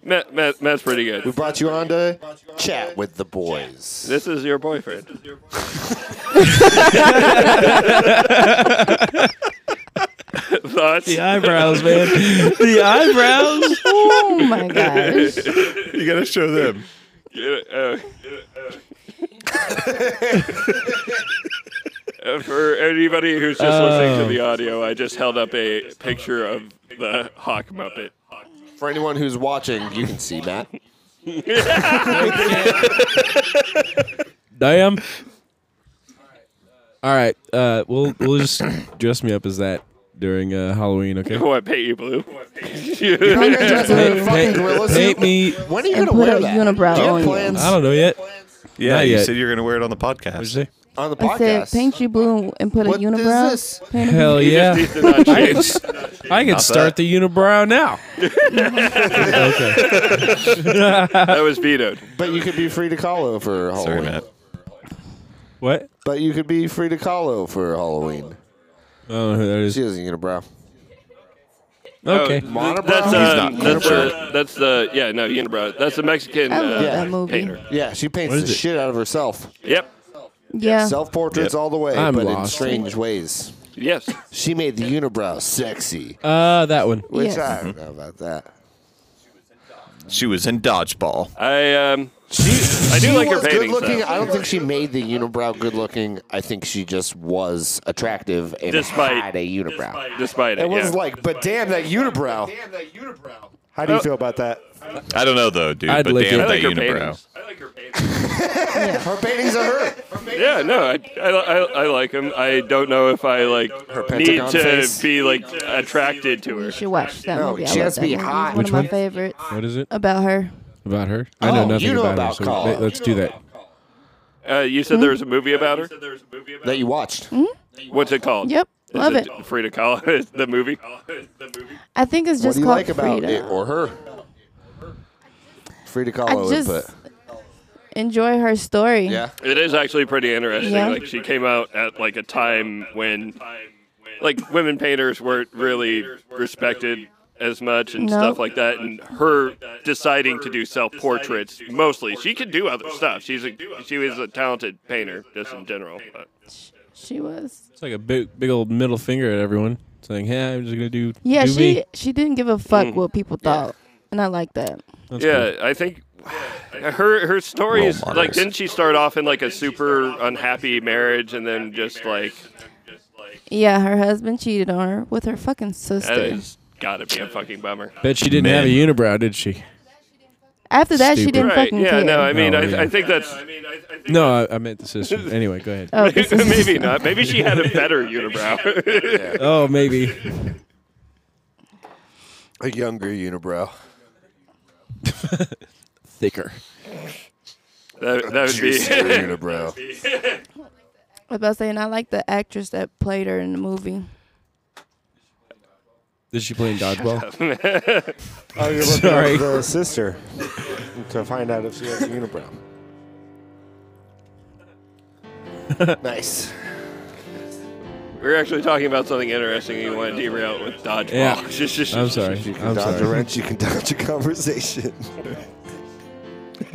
Speaker 1: Matt, Matt, Matt's pretty good.
Speaker 2: we brought you on to chat with the boys.
Speaker 1: This is your boyfriend. Thoughts?
Speaker 3: The eyebrows, man. the eyebrows.
Speaker 7: Oh my gosh.
Speaker 4: You gotta show them.
Speaker 1: Uh, uh, For anybody who's just listening
Speaker 3: Oh.
Speaker 1: to the audio, I just held up a picture of the Hawk Muppet.
Speaker 2: For anyone who's watching, you can see Matt.
Speaker 3: Damn. All right. Uh, we'll we'll just dress me up as that during uh, Halloween. Okay.
Speaker 1: Oh, I paint you blue.
Speaker 2: You're dressed in a
Speaker 3: Paint-
Speaker 2: fucking
Speaker 3: paint-
Speaker 2: gorilla
Speaker 3: paint
Speaker 2: suit.
Speaker 3: me.
Speaker 2: When are you going
Speaker 7: And
Speaker 2: to
Speaker 7: put
Speaker 2: wear
Speaker 7: a
Speaker 2: that?
Speaker 7: unibrow
Speaker 2: Do you have
Speaker 7: on you.
Speaker 2: plans
Speaker 3: I don't know yet.
Speaker 4: Yeah,
Speaker 3: Not
Speaker 4: you
Speaker 3: yet.
Speaker 4: said you're gonna wear it on the
Speaker 3: What'd
Speaker 4: podcast.
Speaker 3: you say?
Speaker 2: on the
Speaker 7: I said,
Speaker 2: podcast?
Speaker 7: paint you blue and put
Speaker 2: What
Speaker 7: a
Speaker 2: is
Speaker 7: unibrow.
Speaker 2: this?
Speaker 7: Paint a-
Speaker 3: Hell yeah.
Speaker 1: These did not
Speaker 3: I
Speaker 1: change.
Speaker 3: could, I could start the unibrow now. okay.
Speaker 1: That was vetoed.
Speaker 2: But you could be free to Kahlo for Halloween.
Speaker 4: Sorry, Matt.
Speaker 3: What?
Speaker 2: But you could be free to Kahlo for Halloween.
Speaker 3: Oh, that is.
Speaker 2: She doesn't get a brow.
Speaker 3: Okay.
Speaker 2: Monobrow?
Speaker 1: That's uh,
Speaker 4: not
Speaker 1: that's
Speaker 4: cultured.
Speaker 1: uh, that's the yeah no unibrow. That's the Mexican
Speaker 7: I love
Speaker 1: uh,
Speaker 7: that movie.
Speaker 1: painter.
Speaker 2: yeah, she paints
Speaker 3: What
Speaker 2: the
Speaker 3: is it?
Speaker 2: shit out of herself.
Speaker 1: Yep.
Speaker 7: Yeah.
Speaker 2: Self portraits all the way,
Speaker 3: I'm
Speaker 2: but in
Speaker 3: lost.
Speaker 2: strange ways.
Speaker 1: Yes.
Speaker 2: She made the unibrow sexy,
Speaker 3: Uh, that one.
Speaker 2: which
Speaker 7: Yes.
Speaker 2: I
Speaker 1: Mm-hmm.
Speaker 2: don't know about that.
Speaker 4: She was in dodgeball.
Speaker 1: I um I do like her
Speaker 2: was good
Speaker 1: paintings.
Speaker 2: looking.
Speaker 1: though.
Speaker 2: I don't think she made the unibrow good looking. I think she just was attractive and
Speaker 1: Despite-
Speaker 2: had a unibrow.
Speaker 1: Despite it,
Speaker 2: It was
Speaker 1: yeah.
Speaker 2: like, but damn that unibrow.
Speaker 10: How
Speaker 1: Uh,
Speaker 10: do you feel about that?
Speaker 4: I don't know though, dude.
Speaker 3: I'd
Speaker 4: but
Speaker 3: lick
Speaker 4: damn
Speaker 3: it.
Speaker 1: I
Speaker 4: that
Speaker 1: like her
Speaker 4: unibrow.
Speaker 1: paintings. I like her paintings.
Speaker 2: Her paintings are her.
Speaker 1: Yeah, no, I, I, I, I like them. I don't know if I like need
Speaker 2: Pentagon
Speaker 1: to
Speaker 2: face.
Speaker 1: be like attracted to
Speaker 7: You
Speaker 1: her.
Speaker 7: should watch that
Speaker 2: No,
Speaker 7: movie.
Speaker 2: she
Speaker 7: I
Speaker 2: has
Speaker 7: love
Speaker 2: to
Speaker 7: that
Speaker 2: be
Speaker 7: movie. It's
Speaker 2: hot.
Speaker 7: one
Speaker 3: Which
Speaker 7: of my
Speaker 3: one?
Speaker 7: favorites
Speaker 3: What is it
Speaker 7: about her.
Speaker 3: about her? I know
Speaker 2: Oh,
Speaker 3: nothing
Speaker 2: you know
Speaker 3: about,
Speaker 2: about
Speaker 3: her. So
Speaker 2: Call.
Speaker 3: let- let's do that.
Speaker 1: Uh, you said there was a movie about her.
Speaker 2: That you watched.
Speaker 7: Mm,
Speaker 1: What's it called?
Speaker 7: Yep.
Speaker 1: Is
Speaker 7: Love it.
Speaker 1: Free to call it the movie.
Speaker 7: I think it's
Speaker 2: What
Speaker 7: just
Speaker 2: do you
Speaker 7: called
Speaker 2: like about
Speaker 7: Frida.
Speaker 2: it or her? Free to
Speaker 7: I
Speaker 2: call it,
Speaker 7: just
Speaker 2: but
Speaker 7: enjoy her story.
Speaker 2: yeah.
Speaker 1: It is actually pretty interesting.
Speaker 7: Yeah.
Speaker 1: Like she came out at like a time when, like women painters weren't really respected as much and
Speaker 7: No.
Speaker 1: stuff like that. And her deciding to do self portraits mostly. She could do other stuff. She's a she was a talented painter just in general. But.
Speaker 7: She was.
Speaker 3: It's like a big, big old middle finger at everyone, saying, "Yeah, I'm just gonna do."
Speaker 7: Yeah,
Speaker 3: do
Speaker 7: she
Speaker 3: me."
Speaker 7: she didn't give a fuck
Speaker 2: Mm-hmm.
Speaker 7: what people thought, and I like that.
Speaker 3: That's
Speaker 1: Yeah, I think her her story
Speaker 4: Role
Speaker 1: is like
Speaker 4: models.
Speaker 1: didn't she start off in like a super unhappy marriage and then just like
Speaker 7: Yeah, her husband cheated on her with her fucking
Speaker 1: that
Speaker 7: sister.
Speaker 1: is gotta be a fucking bummer.
Speaker 3: Bet she didn't have a unibrow, did she?
Speaker 7: After that, she
Speaker 3: Stupid.
Speaker 7: didn't
Speaker 1: Right?
Speaker 7: fucking
Speaker 1: Yeah.
Speaker 7: care.
Speaker 1: No. I mean,
Speaker 3: No,
Speaker 1: I,
Speaker 3: yeah.
Speaker 1: I think that's
Speaker 3: No, I, I meant the sister. Anyway, go ahead.
Speaker 7: Oh, this is-
Speaker 1: maybe not. Maybe she had a better unibrow.
Speaker 3: Oh, maybe.
Speaker 2: A younger unibrow.
Speaker 3: Thicker.
Speaker 1: that, that would be
Speaker 2: Juicier unibrow.
Speaker 7: was about saying I like the actress that played her in the movie.
Speaker 3: Did she play in dodgeball?
Speaker 10: Oh, you're looking
Speaker 3: Sorry.
Speaker 10: at the sister to find out if she has a unibrow. nice.
Speaker 1: We were actually talking about something interesting and you want to derail it with dodgeball.
Speaker 3: Yeah.
Speaker 1: Uh,
Speaker 3: I'm sorry.
Speaker 10: You can
Speaker 3: I'm
Speaker 10: dodge a
Speaker 3: sorry.
Speaker 10: wrench. You can dodge a conversation.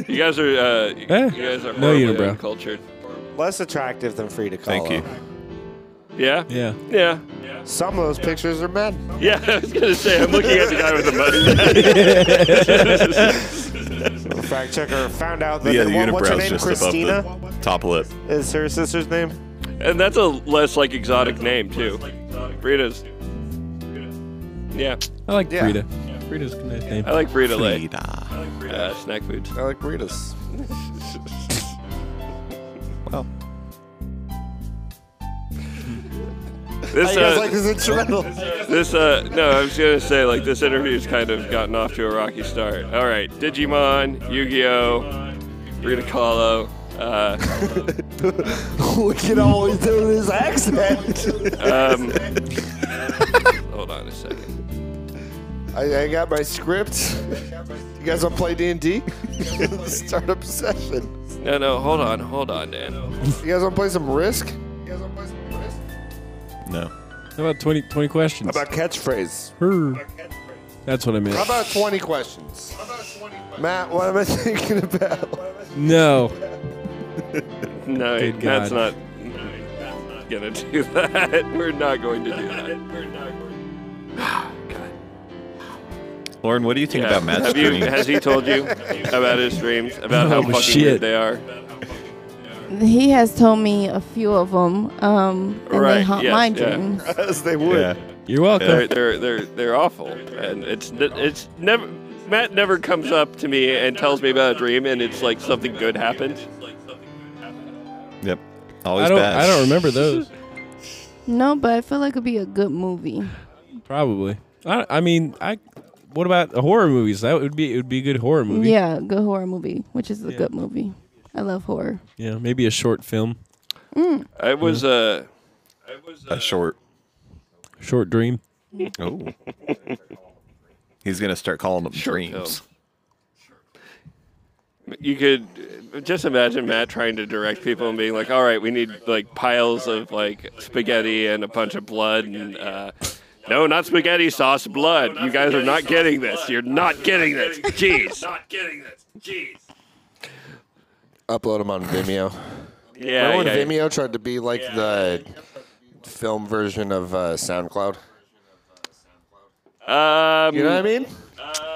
Speaker 1: You guys are uh, you
Speaker 3: Eh,
Speaker 1: guys are
Speaker 3: no
Speaker 1: horribly
Speaker 3: unibrow.
Speaker 1: uncultured.
Speaker 10: Less attractive than Frida Kahlo.
Speaker 4: Thank you.
Speaker 1: Yeah?
Speaker 3: Yeah.
Speaker 1: Yeah.
Speaker 10: Some of those pictures are men.
Speaker 1: Yeah, I was gonna say I'm looking at the guy with the mustache.
Speaker 10: The fact checker found out that
Speaker 4: The other
Speaker 10: the one, what's her
Speaker 4: unibrow is
Speaker 10: name?
Speaker 4: just
Speaker 10: Christina
Speaker 4: above the top lip.
Speaker 10: is her sister's name.
Speaker 1: and that's a less like exotic name too. Frida's. Yeah,
Speaker 3: I like
Speaker 10: Yeah.
Speaker 3: Frida. Frida's a nice name.
Speaker 1: I like Frida Lay.
Speaker 4: Frida.
Speaker 1: Uh, snack foods.
Speaker 10: I like Rita's.
Speaker 1: This
Speaker 10: You guys
Speaker 1: uh,
Speaker 10: like this instrumental?
Speaker 1: this uh, no, I was gonna say like this interview's kind of gotten off to a rocky start. All right, Digimon, Yu-Gi-Oh, Frida Kahlo. Uh,
Speaker 10: we can always do this accent.
Speaker 1: um, hold on a second.
Speaker 10: I, I got my script. You guys want to play D and D? Start up session.
Speaker 1: No, no, hold on, hold on, Dan.
Speaker 10: You guys want to play some Risk?
Speaker 4: No.
Speaker 3: How about 20, 20 questions?
Speaker 10: How about catchphrase?
Speaker 3: Her. That's what I meant.
Speaker 10: How about 20 questions? How about 20 questions? Matt, what am I thinking about?
Speaker 3: No.
Speaker 1: No,
Speaker 3: Good
Speaker 1: that's
Speaker 3: God.
Speaker 1: not gonna do that. We're not going to do that. We're not going.
Speaker 4: Lauren, what do you think
Speaker 1: Yeah.
Speaker 4: about Matt's
Speaker 1: Have you,
Speaker 4: dream?
Speaker 1: has he told you about his dreams? About how
Speaker 3: Oh,
Speaker 1: fucking
Speaker 3: shit.
Speaker 1: weird they are?
Speaker 7: He has told me a few of them, um, and
Speaker 1: Right,
Speaker 7: they haunt
Speaker 1: yes,
Speaker 7: my
Speaker 1: yeah.
Speaker 7: dreams.
Speaker 10: As they would.
Speaker 4: yeah.
Speaker 3: You're welcome.
Speaker 1: They're they're they're they're awful, and it's n- it's never. Matt never comes up to me and tells me about a dream, and it's like something good happened.
Speaker 4: Yep. Always
Speaker 3: I don't.
Speaker 4: bad.
Speaker 3: I don't remember those.
Speaker 7: No, but I feel like it'd be a good movie.
Speaker 3: Probably. I. I mean. I. What about the horror movies? That would be. It would be a good horror movie.
Speaker 7: Yeah, good horror movie, which is a good movie. I love horror.
Speaker 3: Yeah. Maybe a short film.
Speaker 1: I was uh,
Speaker 4: A short.
Speaker 3: Short dream.
Speaker 4: Oh. He's gonna start calling them dreams.
Speaker 1: you could just imagine Matt trying to direct people and being like, "All right, we need like piles of like spaghetti and a bunch of blood and." Uh, no, not spaghetti sauce, blood. You guys are not getting this. You're not getting this. Jeez. Not getting this. Jeez.
Speaker 10: Upload them on Vimeo.
Speaker 1: Yeah.
Speaker 10: Remember when
Speaker 1: yeah, yeah.
Speaker 10: Vimeo tried to be like the film version of uh, SoundCloud?
Speaker 1: Um,
Speaker 10: You know what I mean?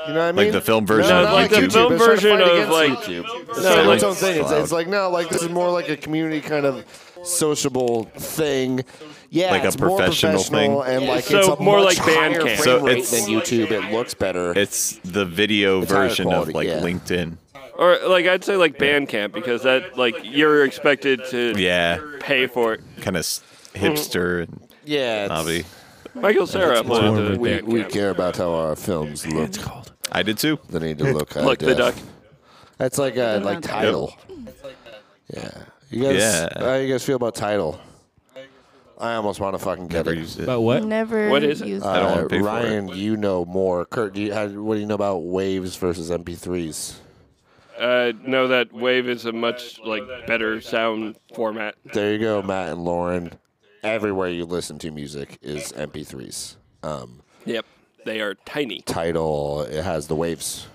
Speaker 10: you know what I mean?
Speaker 4: Like the film version
Speaker 1: No,
Speaker 4: of
Speaker 1: like the
Speaker 4: YouTube.
Speaker 1: film
Speaker 10: It's trying
Speaker 1: version
Speaker 10: to fight
Speaker 1: of,
Speaker 10: against
Speaker 1: like-
Speaker 10: YouTube. It's,
Speaker 1: No,
Speaker 10: like, its
Speaker 1: like-
Speaker 10: own thing. It's, it's like no, like this is more like a community kind of sociable thing. Yeah,
Speaker 4: Like a
Speaker 10: it's more
Speaker 4: professional
Speaker 10: professional
Speaker 4: thing?
Speaker 10: and like
Speaker 1: So
Speaker 10: it's a
Speaker 1: more
Speaker 10: much
Speaker 1: like Bandcamp.
Speaker 10: higher frame
Speaker 4: So
Speaker 10: rate
Speaker 4: it's-
Speaker 10: than YouTube. It looks better.
Speaker 4: It's the video
Speaker 10: higher
Speaker 4: version
Speaker 10: quality,
Speaker 4: of like
Speaker 10: yeah.
Speaker 4: LinkedIn.
Speaker 1: or like I'd say like Bandcamp because that like you're expected to
Speaker 4: Yeah.
Speaker 1: pay for it.
Speaker 4: Kind of hipster and
Speaker 10: yeah, it's-
Speaker 4: snobby.
Speaker 1: Michael Sarah uploaded to
Speaker 10: we, we
Speaker 1: Bandcamp.
Speaker 10: care about how our films look.
Speaker 4: I did too.
Speaker 10: They need to look. high
Speaker 1: Look the
Speaker 10: def.
Speaker 1: duck.
Speaker 10: That's like a like title. Yeah. You guys,
Speaker 4: Yeah.
Speaker 10: how you guys feel about title? I almost want to fucking get
Speaker 4: Never
Speaker 10: it.
Speaker 4: used it.
Speaker 3: About what?
Speaker 7: Never.
Speaker 1: What is it?
Speaker 7: used
Speaker 4: I don't
Speaker 10: Uh,
Speaker 4: wanna pay for
Speaker 10: Ryan, you know more. Kurt, do you, how, what do you know about waves versus MP3s?
Speaker 1: Uh, no, that wave is a much like better sound format.
Speaker 10: There you go, Matt and Lauren. Everywhere you listen to music is MP3s. Um,
Speaker 1: Yep, they are tiny.
Speaker 10: title, it has the waves.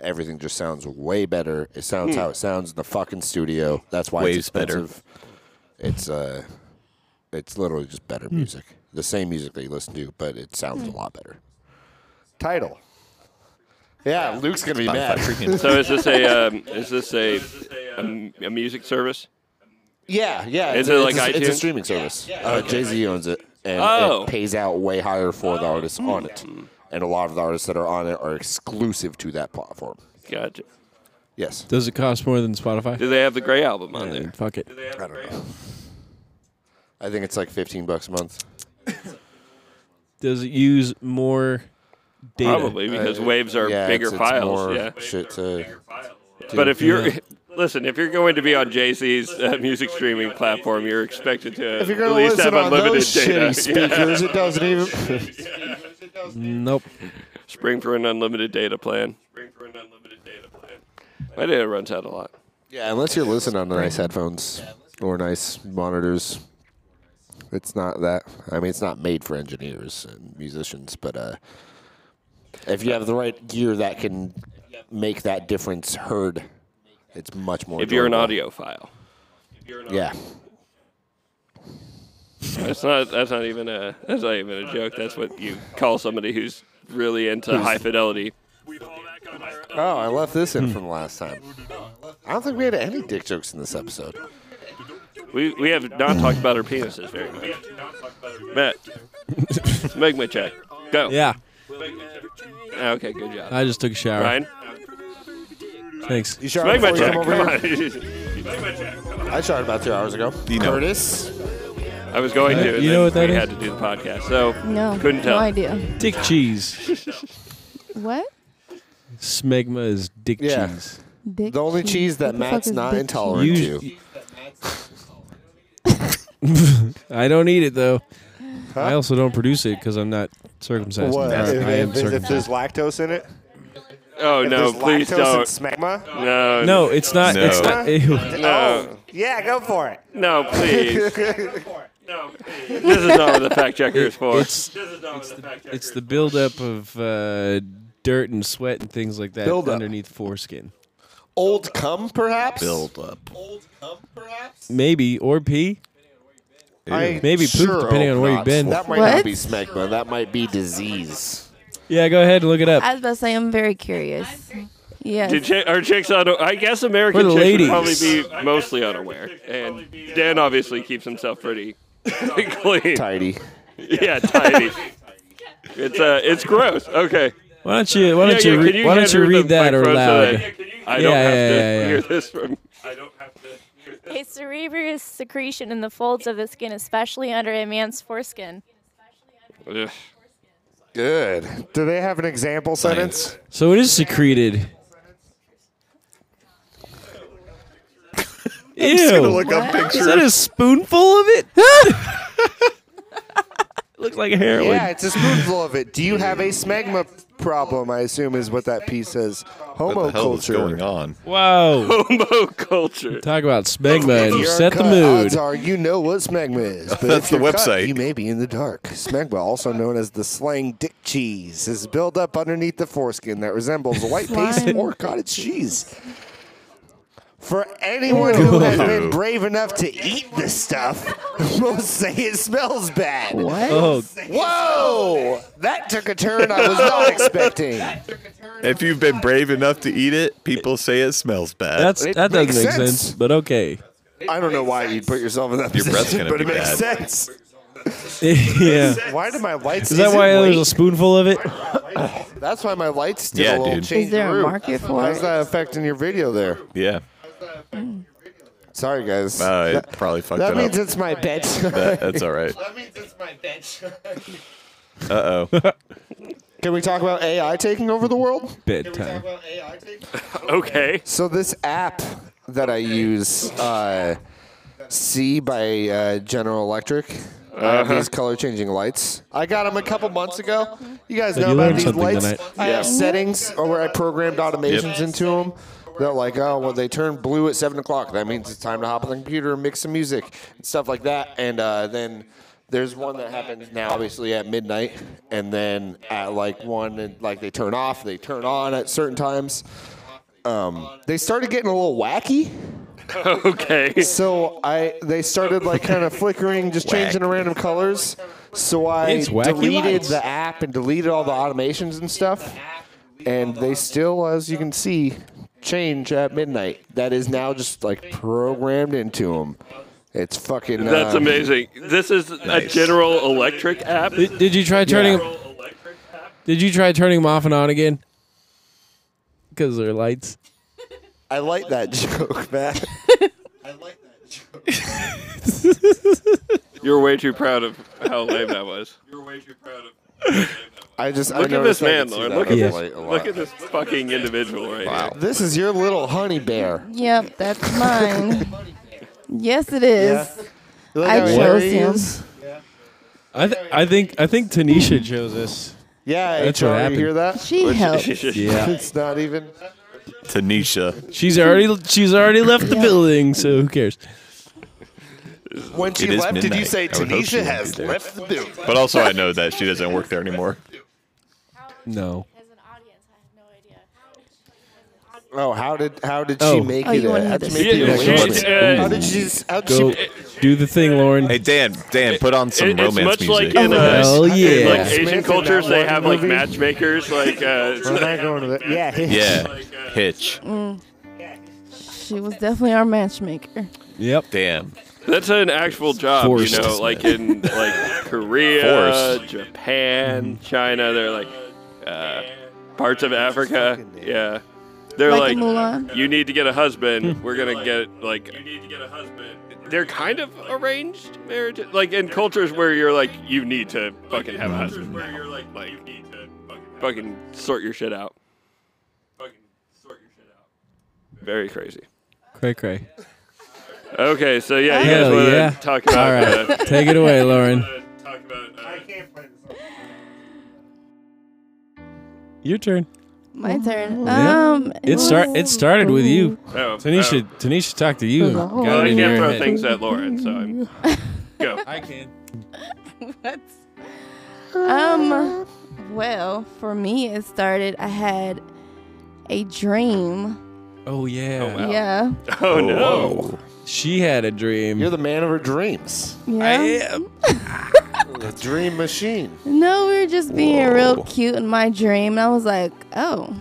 Speaker 10: Everything just sounds way better. It
Speaker 1: Hmm.
Speaker 10: sounds how it sounds in the fucking studio. That's why
Speaker 4: Waves
Speaker 10: it's
Speaker 4: better.
Speaker 10: expensive. It's uh, it's literally just better music. The same music that you listen to, but it sounds a lot better. Title. Yeah, Luke's gonna be
Speaker 4: Spotify
Speaker 10: mad.
Speaker 4: Premium.
Speaker 1: So is this a um, is this a, a, a music service?
Speaker 10: Yeah, yeah.
Speaker 1: Is
Speaker 10: it's
Speaker 1: it
Speaker 10: a-
Speaker 1: like
Speaker 10: it's a, It's a
Speaker 1: iTunes?
Speaker 10: streaming service. Uh, Jay Z owns it, and
Speaker 1: Oh. Hmm.
Speaker 10: it pays out way higher for the artists on it. And a lot of the artists that are on it are exclusive to that platform.
Speaker 1: Gotcha.
Speaker 10: Yes.
Speaker 3: Does it cost more than Spotify?
Speaker 1: Do they have the Gray album on
Speaker 3: Man,
Speaker 1: there?
Speaker 3: fuck it.
Speaker 10: I don't know. I think it's like fifteen bucks a month.
Speaker 3: Does it use more data?
Speaker 2: Uh,
Speaker 1: Probably because waves are
Speaker 10: Uh, yeah,
Speaker 1: bigger
Speaker 10: it's, it's
Speaker 1: files.
Speaker 10: More
Speaker 1: yeah.
Speaker 10: Shit to,
Speaker 1: But if you're Listen, if you're going to be on JC's uh, music streaming platform, you're expected to
Speaker 10: If you're
Speaker 1: at
Speaker 10: going to
Speaker 1: least have
Speaker 10: listen on
Speaker 1: unlimited
Speaker 10: those
Speaker 1: data.
Speaker 10: shitty speakers, it doesn't even.
Speaker 3: Nope.
Speaker 1: Spring for an unlimited data plan. Spring for an unlimited data plan. My data runs out a lot.
Speaker 2: Yeah, unless you're listening on nice headphones or nice monitors. It's not that. I mean, it's not made for engineers and musicians, but uh, if you have the right gear that can make that difference heard, it's much more.
Speaker 1: If you're an
Speaker 2: enjoyable.
Speaker 1: audiophile,
Speaker 2: yeah,
Speaker 1: that's not that's not even a that's not even a joke. That's what you call somebody who's really into high fidelity.
Speaker 2: Oh, I left this in from last time. I don't think we had any dick jokes in this episode.
Speaker 1: We we have not talked about our penises very much. Matt, make my check. Go.
Speaker 3: Yeah.
Speaker 1: Okay. Good job.
Speaker 3: I just took a shower.
Speaker 1: Ryan,
Speaker 3: Thanks.
Speaker 2: You shot
Speaker 1: make my
Speaker 2: before you come
Speaker 1: check. Come
Speaker 2: over here.
Speaker 1: on.
Speaker 2: I shot about two hours ago.
Speaker 4: know.
Speaker 2: Curtis,
Speaker 1: I was going to. and
Speaker 3: Uh, You
Speaker 1: then
Speaker 3: know what that
Speaker 1: we
Speaker 3: is?
Speaker 1: had to do the podcast, so
Speaker 7: No.
Speaker 1: couldn't tell.
Speaker 7: No idea.
Speaker 3: Dick cheese.
Speaker 7: What?
Speaker 3: Smegma is dick
Speaker 2: Yeah.
Speaker 3: cheese.
Speaker 7: Dick
Speaker 2: the only cheese that
Speaker 7: What the
Speaker 2: Matt's
Speaker 7: fuck is
Speaker 2: not
Speaker 7: dick
Speaker 2: intolerant
Speaker 3: You-
Speaker 2: to.
Speaker 3: I don't eat it though. I also don't produce it because I'm not circumcised.
Speaker 10: What?
Speaker 3: Or
Speaker 10: If,
Speaker 3: I am
Speaker 10: if- if there's
Speaker 3: circumcised.
Speaker 10: lactose in it?
Speaker 1: Oh
Speaker 10: If
Speaker 1: no!
Speaker 10: there's
Speaker 1: Please
Speaker 10: lactose
Speaker 1: don't.
Speaker 10: in smegma?
Speaker 1: no.
Speaker 3: No, it's not. It's not. Ew.
Speaker 1: No.
Speaker 10: Yeah, go for it.
Speaker 1: No, please. no, please. This is not what the fact checker is for.
Speaker 3: It's
Speaker 1: this is not what the fact checker
Speaker 3: it's the buildup of uh, dirt and sweat and things like that
Speaker 2: Buildup.
Speaker 3: underneath foreskin.
Speaker 2: Old cum, perhaps.
Speaker 4: Build up.
Speaker 3: Maybe or pee.
Speaker 2: I
Speaker 3: Maybe poop, depending on
Speaker 10: oh
Speaker 2: hope
Speaker 3: where you've
Speaker 2: not.
Speaker 3: been.
Speaker 2: That might
Speaker 7: What?
Speaker 2: not be smegma. That might be disease.
Speaker 3: Yeah, go ahead and look it up.
Speaker 7: I was about to say, I'm very curious. Yes.
Speaker 1: Did chi- are chicks on? I guess American
Speaker 3: We're the
Speaker 1: chicks
Speaker 3: ladies.
Speaker 1: would probably be mostly unaware. And Dan obviously keeps himself pretty clean.
Speaker 2: Tidy.
Speaker 1: Yeah, tidy. It's uh, it's gross. Okay.
Speaker 3: Why don't you? Why
Speaker 1: Yeah,
Speaker 3: don't
Speaker 1: yeah,
Speaker 3: you?
Speaker 1: can
Speaker 3: Re- why
Speaker 1: hand
Speaker 3: don't you
Speaker 1: her the
Speaker 3: read that or
Speaker 1: microphone so
Speaker 3: loud?
Speaker 1: that I don't
Speaker 3: Yeah,
Speaker 1: have
Speaker 3: yeah,
Speaker 1: to
Speaker 3: yeah, yeah.
Speaker 1: hear this from. I don't have to.
Speaker 8: A cerebrous secretion in the folds of the skin, especially under a man's foreskin.
Speaker 1: Ugh.
Speaker 10: Good. Do they have an example sentence?
Speaker 3: So it is secreted. Ew!
Speaker 4: up
Speaker 3: Is that a spoonful of it? it looks like heroin.
Speaker 10: Yeah, it's a spoonful of it. Do you have a smegma problem? I assume is what that piece says.
Speaker 4: What
Speaker 10: Homo
Speaker 4: the hell is going
Speaker 10: culture.
Speaker 4: on?
Speaker 3: Wow!
Speaker 1: Homo culture.
Speaker 3: Talk about smegma and you
Speaker 10: You're
Speaker 3: set the
Speaker 10: cut.
Speaker 3: mood.
Speaker 10: Odds are you know what smegma is. But
Speaker 4: That's
Speaker 10: if you're
Speaker 4: the
Speaker 10: cut,
Speaker 4: website.
Speaker 10: you may be in the dark. Smegma, also known as the slang dick cheese, is built up underneath the foreskin that resembles a white paste
Speaker 7: Slime.
Speaker 10: or cottage cheese. For anyone who has been brave enough to eat this stuff, most say it smells bad.
Speaker 3: Oh,
Speaker 10: Whoa! That took a turn I was not expecting.
Speaker 4: If you've been brave enough to eat it, people say it smells bad.
Speaker 3: that's
Speaker 10: It
Speaker 3: that doesn't
Speaker 10: makes
Speaker 3: make sense.
Speaker 10: sense.
Speaker 3: but okay.
Speaker 10: I don't know why you'd put yourself in that
Speaker 4: Your breath's
Speaker 10: position,
Speaker 4: gonna
Speaker 10: but
Speaker 4: be
Speaker 10: it makes
Speaker 4: bad.
Speaker 10: sense.
Speaker 3: yeah.
Speaker 10: Why do my lights?
Speaker 3: Is that
Speaker 10: it
Speaker 3: why there's a
Speaker 10: late?
Speaker 3: spoonful of it?
Speaker 10: That's why my lights did
Speaker 4: Yeah,
Speaker 10: a little
Speaker 4: dude.
Speaker 10: change.
Speaker 7: Is there a
Speaker 10: room.
Speaker 7: market for
Speaker 10: How's
Speaker 7: it?
Speaker 10: that affecting your video there?
Speaker 4: yeah.
Speaker 10: Sorry, guys.
Speaker 4: Uh, it probably fucked
Speaker 10: that
Speaker 4: it up.
Speaker 10: means it's my bed.
Speaker 4: That- that's all right. Uh oh.
Speaker 10: Can we talk about AI taking over the world?
Speaker 3: Bedtime.
Speaker 1: Oh, Okay.
Speaker 10: So this app that I use, uh, C by uh, General Electric. I
Speaker 4: Uh-huh.
Speaker 10: have these color changing lights. I got them a couple months ago. You guys know
Speaker 3: you
Speaker 10: about
Speaker 3: learned
Speaker 10: these
Speaker 3: something
Speaker 10: lights.
Speaker 3: tonight.
Speaker 10: I have settings or where I programmed automations into them. They're like, oh, well, they turn blue at seven o'clock. That means it's time to hop on the computer and mix some music and stuff like that. And uh, then there's one that happens now, obviously at midnight, and then at like one, and like they turn off, they turn on at certain times. Um, they started getting a little wacky.
Speaker 1: Okay.
Speaker 10: So I they started like kind of flickering, just changing to random colors. So I
Speaker 3: It's wacky
Speaker 10: deleted
Speaker 3: lights.
Speaker 10: the app and deleted all the automations and stuff. And they still, as you can see, change at midnight. That is now just like programmed into them. It's fucking. Uh,
Speaker 1: That's amazing. This is a General Electric app.
Speaker 3: Did, did you try turning? Did you try turning them off and on again? Because they're lights.
Speaker 10: I like that joke, man.
Speaker 1: You're way too proud of how lame that was. You're way too proud of.
Speaker 10: I just I
Speaker 1: Look at this
Speaker 10: noticed I
Speaker 1: man,
Speaker 10: could see
Speaker 1: Lauren.
Speaker 10: that
Speaker 1: Look
Speaker 10: on
Speaker 1: at
Speaker 10: the
Speaker 1: this.
Speaker 10: light a
Speaker 1: Look
Speaker 10: lot.
Speaker 1: at this fucking individual right
Speaker 10: Wow. This is your little honey bear.
Speaker 7: Yep, that's mine. yes, it is.
Speaker 10: You like
Speaker 7: I
Speaker 10: how
Speaker 7: chose
Speaker 10: hairy he
Speaker 7: him.
Speaker 10: is?
Speaker 3: I, th- I think I think Tanisha chose us.
Speaker 10: Yeah,
Speaker 3: That's
Speaker 10: that's
Speaker 3: what
Speaker 10: right. You
Speaker 3: happened.
Speaker 10: hear that?
Speaker 7: She helped.
Speaker 1: here.
Speaker 3: Yeah,
Speaker 10: It's not even.
Speaker 4: Tanisha.
Speaker 3: she's already she's already left the building, so who cares?
Speaker 2: When she
Speaker 4: It is
Speaker 2: left, did you
Speaker 4: midnight.
Speaker 2: say
Speaker 4: I would hope
Speaker 2: Tanisha
Speaker 4: she won't
Speaker 2: has
Speaker 4: be there.
Speaker 2: left the building?
Speaker 4: But also, I know that she doesn't work there anymore.
Speaker 3: No.
Speaker 8: As an audience, I have no idea.
Speaker 10: Oh, how did how did
Speaker 3: Oh.
Speaker 10: she make
Speaker 7: Oh,
Speaker 10: it?
Speaker 7: you wanna
Speaker 10: uh,
Speaker 7: hear
Speaker 10: how'd you
Speaker 7: this?
Speaker 10: make
Speaker 1: Yeah,
Speaker 10: it
Speaker 1: she-
Speaker 10: relevant?
Speaker 1: uh,
Speaker 10: how did she? How did
Speaker 3: Go
Speaker 10: she?
Speaker 3: do the thing, Lauren.
Speaker 4: Hey, Dan, Dan, put on some
Speaker 1: It- it's
Speaker 4: romance
Speaker 1: much
Speaker 4: music.
Speaker 1: like in a-
Speaker 3: Hell
Speaker 1: In, like
Speaker 3: yeah!
Speaker 1: Asian
Speaker 2: Smith in
Speaker 1: cultures,
Speaker 2: that
Speaker 1: they
Speaker 2: one
Speaker 1: have like
Speaker 2: movie.
Speaker 1: matchmakers. Like uh, it's
Speaker 2: We're not going to that. Yeah,
Speaker 4: yeah,
Speaker 1: uh,
Speaker 4: Hitch.
Speaker 7: She was definitely our matchmaker.
Speaker 3: Yep.
Speaker 4: Damn.
Speaker 1: That's an actual job,
Speaker 3: Forced.
Speaker 1: you know, like in like Korea,
Speaker 4: Forced.
Speaker 3: Mm-hmm.
Speaker 1: Japan, China. They're like uh, parts of Africa. Yeah, they're
Speaker 7: Like
Speaker 1: like,
Speaker 7: in Mulan?
Speaker 1: you need to get a
Speaker 3: Hmm.
Speaker 1: husband. We're gonna get like you need to get a husband. They're kind of arranged marriages, like in cultures where you're like you need to fucking have a husband. Where you're like, like you need to fucking sort your shit out. Fucking sort your shit out. Very crazy.
Speaker 3: Cray cray.
Speaker 1: Okay, so yeah, you
Speaker 3: Hell
Speaker 1: guys want to
Speaker 3: yeah.
Speaker 1: talk about.
Speaker 3: All right.
Speaker 1: uh,
Speaker 3: Take it away, Lauren. Your turn.
Speaker 7: My turn.
Speaker 3: Yeah.
Speaker 7: Um,
Speaker 3: It start. It started with you.
Speaker 1: Oh, oh.
Speaker 3: Tanisha. Tanisha talked to you. and
Speaker 7: Well,
Speaker 1: Well,
Speaker 3: Got
Speaker 1: I
Speaker 3: it in
Speaker 1: can't
Speaker 3: your
Speaker 1: throw
Speaker 3: head.
Speaker 1: things at Lauren, so I'm. Go.
Speaker 3: I can.
Speaker 7: What? Um. Well, for me, it started. I had a dream.
Speaker 3: Oh yeah.
Speaker 1: Oh, wow.
Speaker 7: Yeah.
Speaker 1: Oh no.
Speaker 3: She had a dream.
Speaker 2: You're the man of her dreams.
Speaker 7: Yeah.
Speaker 3: I am.
Speaker 2: The dream machine.
Speaker 7: No, we were just being real cute in my dream, and I was like, oh.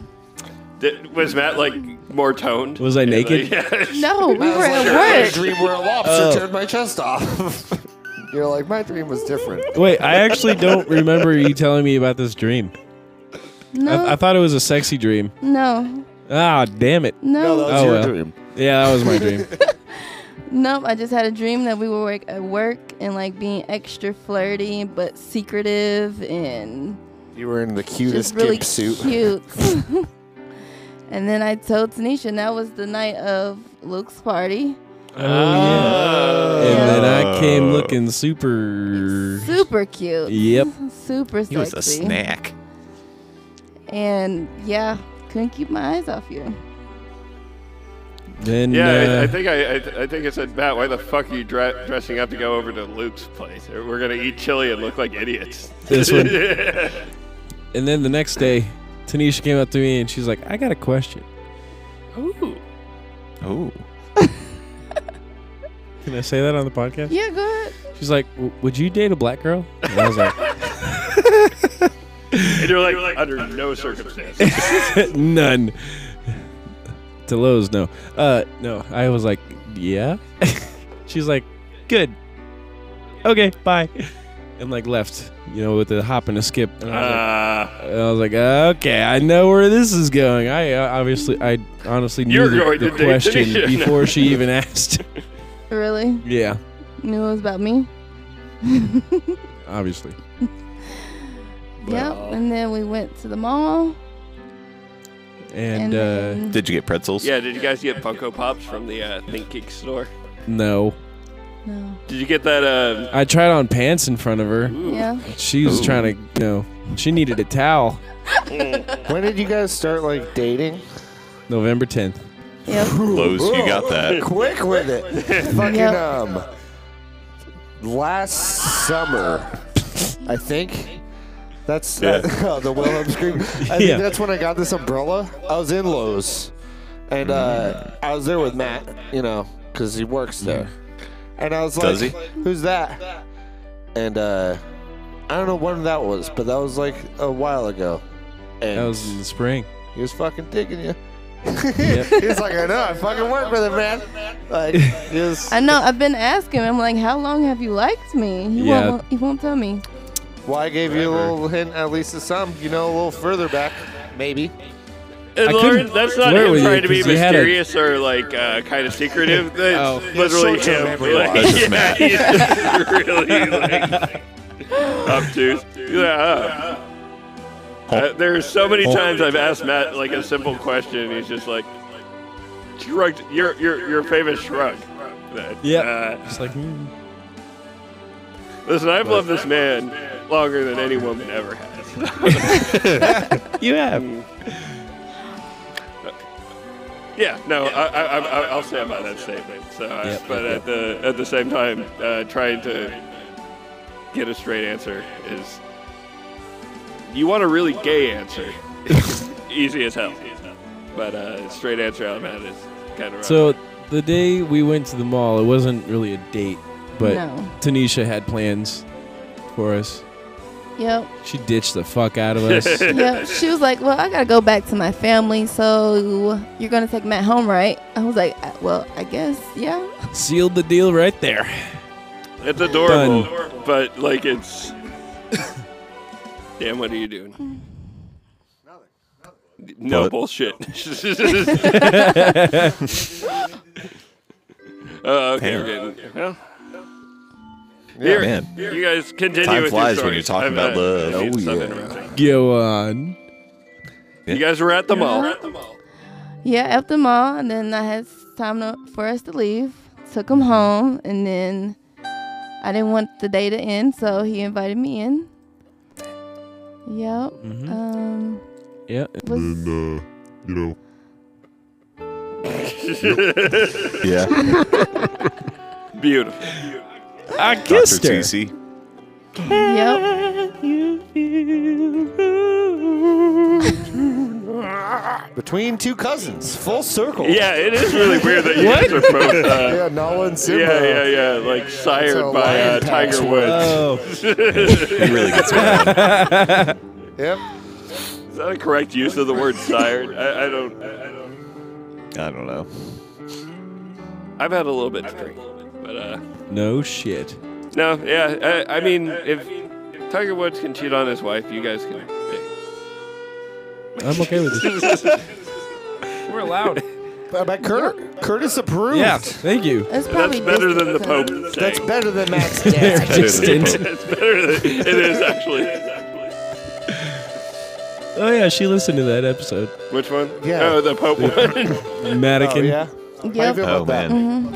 Speaker 1: Did, was Matt like more toned?
Speaker 3: Was I
Speaker 1: Yeah, like-
Speaker 3: naked?
Speaker 1: yeah.
Speaker 7: No, we were
Speaker 2: I
Speaker 7: at work.
Speaker 2: dream where a lobster
Speaker 3: Oh.
Speaker 2: turned my chest off.
Speaker 10: You're like my dream was different.
Speaker 3: Wait, I actually don't remember you telling me about this dream.
Speaker 7: No,
Speaker 3: I, I thought it was a sexy dream.
Speaker 7: no,
Speaker 3: Ah, damn it.
Speaker 10: No,
Speaker 7: no,
Speaker 10: that was
Speaker 3: Oh,
Speaker 10: your
Speaker 3: well.
Speaker 10: dream.
Speaker 3: Yeah, that was my dream.
Speaker 7: no. I just had a dream that we were like, at work and like being extra flirty but secretive and
Speaker 10: You were in the
Speaker 7: just
Speaker 10: cutest
Speaker 7: really
Speaker 10: gimp suit.
Speaker 7: cute. and then I told Tanisha, and that was the night of Luke's party.
Speaker 3: Oh, yeah. And then I came looking super.
Speaker 7: Super cute.
Speaker 3: Yep.
Speaker 7: Super sexy.
Speaker 4: He was a snack.
Speaker 7: And yeah, couldn't keep my eyes off you.
Speaker 3: Then
Speaker 1: Yeah, I, I
Speaker 3: uh,
Speaker 1: think I, I, th- I think I said, Matt, why the fuck are you dre- dressing up to go over to Luke's place? We're gonna eat chili and look like idiots.
Speaker 3: this one. And then the next day, Tanisha came up to me and she's like, "I got a question.
Speaker 1: Ooh.
Speaker 4: Oh.
Speaker 3: Can I say that on the podcast?"
Speaker 7: Yeah, go ahead.
Speaker 3: She's like, "W- "Would you date a black girl?" And I was like,
Speaker 1: And you're like, under, no circumstances.
Speaker 3: "None." To Lowe's, no. Uh, no. I was like, "Yeah." She's like, "Good. Okay, bye." And like left, you know, with a hop and a skip. And I was like,
Speaker 1: uh,
Speaker 3: And I was like, okay, I know where this is going. I uh, obviously, I honestly knew
Speaker 1: You're
Speaker 3: the,
Speaker 1: going
Speaker 3: the
Speaker 1: to date
Speaker 3: question
Speaker 1: Tanisha.
Speaker 3: before she even asked.
Speaker 7: Really?
Speaker 3: yeah,
Speaker 7: Knew it was about me?
Speaker 3: obviously.
Speaker 7: Yep. And then we went to the mall.
Speaker 3: And, uh,
Speaker 7: then-
Speaker 4: Did you get pretzels?
Speaker 1: yeah, did you guys get Funko Pops from the uh, Think Geek store?
Speaker 3: no,
Speaker 7: no.
Speaker 1: Did you get that? Uh,
Speaker 3: I tried on pants in front of her.
Speaker 1: ooh.
Speaker 7: Yeah.
Speaker 3: She was trying to, you know, she needed a towel.
Speaker 10: When did you guys start like dating?
Speaker 3: November 10th.
Speaker 7: Yep.
Speaker 4: Lowe's, you got that.
Speaker 10: Quick with it. Fucking
Speaker 7: Yep.
Speaker 10: um. Last summer, I think. That's uh,
Speaker 4: Yeah.
Speaker 10: the Wilhelm scream. I
Speaker 3: Yeah.
Speaker 10: think that's when I got this umbrella. I was in Lowe's, and uh, I was there with Matt, you know, because he works there. And I was like,
Speaker 4: Does
Speaker 10: "Who's that?" And uh, I don't know when that was, but that was like a while ago. And
Speaker 3: That was in the spring.
Speaker 10: he was fucking digging you. he was like, I know, I fucking work with him, man. Like, he was,
Speaker 7: I know. I've been asking him, like, how long have you liked me? He,
Speaker 3: Yeah.
Speaker 7: won't, he won't tell me.
Speaker 10: well, I gave you a little hint, at least to some, you know, a little further back, maybe.
Speaker 1: And
Speaker 3: I
Speaker 1: Lauren,
Speaker 3: couldn't
Speaker 1: that's not
Speaker 3: flirt
Speaker 1: him
Speaker 3: with you
Speaker 1: trying to be
Speaker 3: 'cause you had a-
Speaker 1: mysterious or like uh, kind of secretive. That's
Speaker 3: Oh.
Speaker 1: literally
Speaker 10: Short-term
Speaker 1: him.
Speaker 10: memory
Speaker 1: Like,
Speaker 4: loss. That's just
Speaker 1: yeah,
Speaker 4: Matt.
Speaker 1: he's just really like obtuse. Yeah. Uh, there's so many times I've asked Matt like a simple question, and he's just like, shrugged your your your famous shrug.
Speaker 3: Yeah.
Speaker 1: Uh,
Speaker 3: Just like, mm.
Speaker 1: listen, I've loved this man longer than any woman ever has.
Speaker 3: you have.
Speaker 1: Yeah, no, I, I, I, I'll stand by that statement. So, uh,
Speaker 3: Yep,
Speaker 1: but
Speaker 3: yep,
Speaker 1: at the at the same time, uh, trying to get a straight answer is you want a really gay answer, easy as hell. But uh, straight answer out of that is kind of rough.
Speaker 3: So the day we went to the mall, it wasn't really a date, but
Speaker 7: No.
Speaker 3: Tanisha had plans for us.
Speaker 7: Yep.
Speaker 3: She ditched the fuck out of us.
Speaker 7: Yep. She was like, "Well, I gotta go back to my family, so you're gonna take Matt home, right?" I was like, "Uh, "Well, I guess, yeah."
Speaker 3: Sealed the deal right there.
Speaker 1: it's adorable, but like it's damn. What are you doing? No
Speaker 4: But-
Speaker 1: bullshit. Uh, okay, okay, okay. Well, Here,
Speaker 4: man.
Speaker 1: you guys continue
Speaker 4: Time
Speaker 1: with
Speaker 4: flies
Speaker 1: your
Speaker 4: when
Speaker 1: story.
Speaker 4: you're talking
Speaker 1: I've- uh,
Speaker 4: about
Speaker 1: I've-
Speaker 4: love.
Speaker 1: I've
Speaker 10: Oh,
Speaker 1: stopped
Speaker 10: yeah.
Speaker 1: interrupting.
Speaker 3: Go on.
Speaker 1: You guys were at the mall.
Speaker 7: Yeah. Yeah, at the mall, and then I had s- time to, for us to leave. Took him home, and then I didn't want the day to end, so he invited me in. Yep. Um,
Speaker 3: Yeah.
Speaker 7: was,
Speaker 9: And, uh, you know,
Speaker 4: Yeah.
Speaker 1: Beautiful.
Speaker 3: I
Speaker 4: Dr.
Speaker 3: kissed her.
Speaker 4: TC.
Speaker 7: yep.
Speaker 2: Between two cousins, full circle.
Speaker 1: Yeah, it is really weird that you guys are both. Uh,
Speaker 2: Yeah, Nala and
Speaker 1: yeah,
Speaker 2: Simba.
Speaker 1: yeah, yeah, Like sired
Speaker 2: how
Speaker 1: by uh,
Speaker 2: lion packs
Speaker 1: Tiger
Speaker 2: work.
Speaker 1: Woods.
Speaker 3: Oh,
Speaker 4: He really gets around.
Speaker 2: Yep.
Speaker 1: is that a correct use of the word sired? I, I don't. I, I don't.
Speaker 4: I don't know.
Speaker 1: I've had a little bit to drink, but uh,
Speaker 3: no shit.
Speaker 1: no, yeah. I, I mean, if Tiger Woods can cheat on his wife, you guys can.
Speaker 3: I'm okay with it. We're allowed.
Speaker 2: I bet Kurt, Curtis approved.
Speaker 3: Yeah. Thank you.
Speaker 7: It's probably
Speaker 1: That's better than the
Speaker 7: distant,
Speaker 1: Pope.
Speaker 7: so-
Speaker 2: That's
Speaker 1: saying.
Speaker 2: better than Matt's dad.
Speaker 3: Distant.
Speaker 1: It's better than it is actually.
Speaker 3: Oh yeah, she listened to that episode.
Speaker 1: Which one?
Speaker 2: Yeah.
Speaker 1: Oh, the Pope one.
Speaker 2: oh,
Speaker 3: Mannequin.
Speaker 2: yeah. How you
Speaker 7: Yep.
Speaker 2: feel
Speaker 4: Oh
Speaker 2: about that?
Speaker 4: man.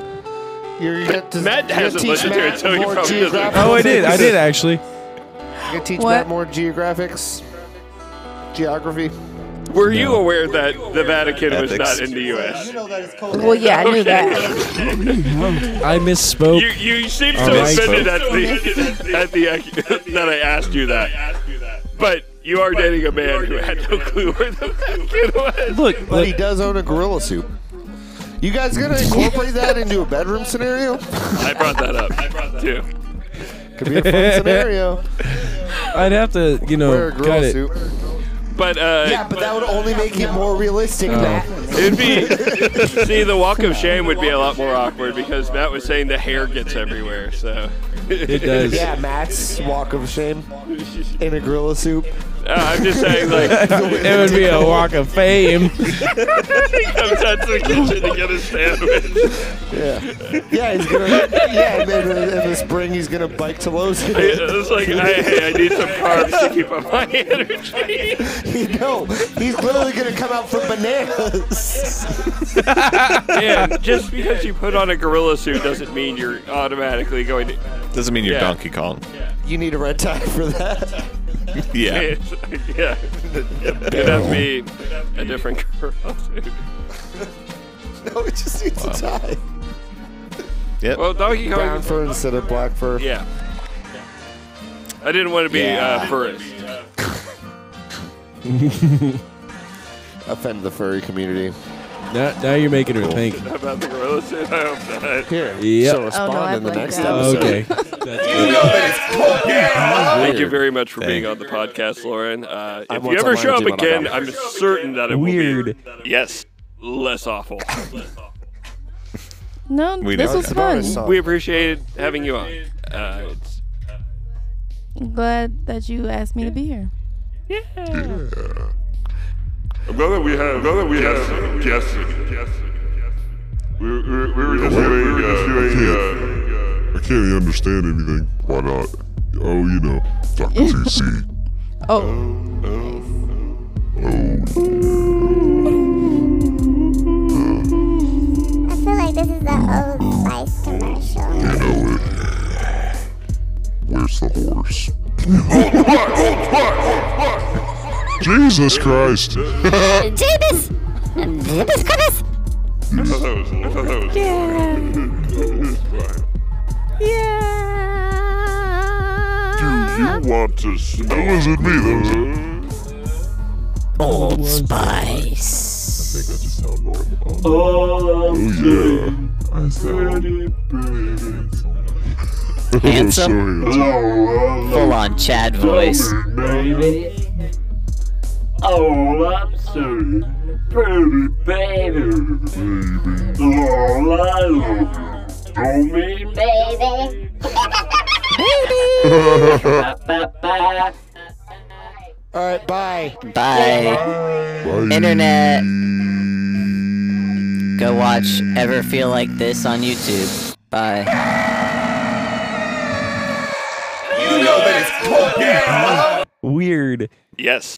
Speaker 2: You're, you get to,
Speaker 1: Matt
Speaker 2: you get
Speaker 1: hasn't
Speaker 2: teach
Speaker 1: listened to
Speaker 2: Matt
Speaker 1: it, so he
Speaker 2: more
Speaker 1: probably doesn't.
Speaker 2: geographical
Speaker 3: Oh, I did. I
Speaker 2: things.
Speaker 3: did actually.
Speaker 2: You gonna teach
Speaker 7: What?
Speaker 2: Matt more geographics, geography.
Speaker 1: Were you aware that the Vatican was
Speaker 4: Ethics.
Speaker 1: not in the U.S.?
Speaker 2: know that it's cold.
Speaker 7: Well, yeah, I knew that.
Speaker 3: I misspoke.
Speaker 1: You you seem so
Speaker 3: All right.
Speaker 1: offended at the at the ac- that I asked you that. But you are dating a man who had no clue where the Vatican was.
Speaker 3: look,
Speaker 2: But
Speaker 3: look,
Speaker 2: he does own a gorilla suit. You guys gonna incorporate that into a bedroom scenario?
Speaker 1: I brought that up too.
Speaker 2: Could be a fun scenario.
Speaker 3: I'd have to,
Speaker 2: Wear
Speaker 3: you know,
Speaker 2: a
Speaker 3: cut
Speaker 2: gorilla
Speaker 3: it.
Speaker 2: suit.
Speaker 1: But uh,
Speaker 2: Yeah, but that would only make it more realistic,
Speaker 3: Oh.
Speaker 2: Matt.
Speaker 1: it'd be see the walk of shame would be a lot more awkward because Matt was saying the hair gets everywhere. So
Speaker 3: It does.
Speaker 2: Yeah, Matt's walk of shame in a gorilla suit.
Speaker 1: Uh, I'm just saying like
Speaker 3: It would be a walk of fame.
Speaker 1: comes out to the kitchen to get a sandwich.
Speaker 2: Yeah, he's gonna. Yeah, and then in the, in the spring he's gonna bike to Los.
Speaker 1: It was like I, hey, I need some carbs to keep up my energy.
Speaker 2: no, he's literally gonna come out for bananas.
Speaker 1: Dan, just because you put on a gorilla suit doesn't mean you're automatically going to.
Speaker 4: Doesn't mean you're
Speaker 1: Yeah.
Speaker 4: Donkey Kong.
Speaker 2: You need a red tie for that.
Speaker 4: Yeah.
Speaker 1: yeah. It'd have to be a different gorilla suit.
Speaker 2: No, it just needs a tie.
Speaker 4: Yep.
Speaker 1: Well, Donkey
Speaker 2: Brown
Speaker 1: Kong.
Speaker 2: fur instead of black fur.
Speaker 1: Yeah. I didn't want to be uh, first.
Speaker 10: Offend the furry community.
Speaker 3: Now, now you're making her think.
Speaker 1: About the gorilla suit? I hope not.
Speaker 2: Here,
Speaker 3: Yep.
Speaker 2: she'll respond
Speaker 7: Oh, no, I
Speaker 2: in the
Speaker 7: like
Speaker 2: next
Speaker 7: that.
Speaker 2: episode.
Speaker 3: Okay. That's good.
Speaker 1: Thank you very much for being
Speaker 4: Thank
Speaker 1: on the podcast, Lauren. Uh, if you
Speaker 10: once
Speaker 1: ever
Speaker 10: online
Speaker 1: show up
Speaker 10: with you,
Speaker 1: again,
Speaker 10: Madame.
Speaker 1: I'm certain that it
Speaker 3: Weird.
Speaker 1: will be yes, less awful.
Speaker 7: No,
Speaker 4: We
Speaker 7: this
Speaker 4: know
Speaker 7: was
Speaker 4: that.
Speaker 7: fun.
Speaker 1: we appreciated having you on. Uh, it's,
Speaker 7: Glad that you asked me to be here.
Speaker 9: I'm glad that we have, glad that we have guessing. We were, we were- we were just doing, uh, doing, uh, I can't understand anything. Why not? Oh, you know, Dr. TC.
Speaker 7: Oh, nice.
Speaker 11: I feel like this is an old Spice commercial.
Speaker 9: Where's the horse? Jesus Christ.
Speaker 11: Jeebus! Jeebus Christmas!
Speaker 9: I thought that was. I thought that was. Yeah. Do you want to smell? That wasn't me. That was.
Speaker 11: Old Spice.
Speaker 9: Oh yeah. I said it, Oh,
Speaker 8: Handsome? Full on Chad voice.
Speaker 9: Oh, I'm sorry. Pretty baby. Baby. Oh, I love you. Don't mean baby.
Speaker 12: All right, bye.
Speaker 8: Bye. Internet. Go watch Ever Feel Like This on YouTube. Bye.
Speaker 13: You know that it's cold, yeah, huh?
Speaker 14: Weird.
Speaker 1: Yes.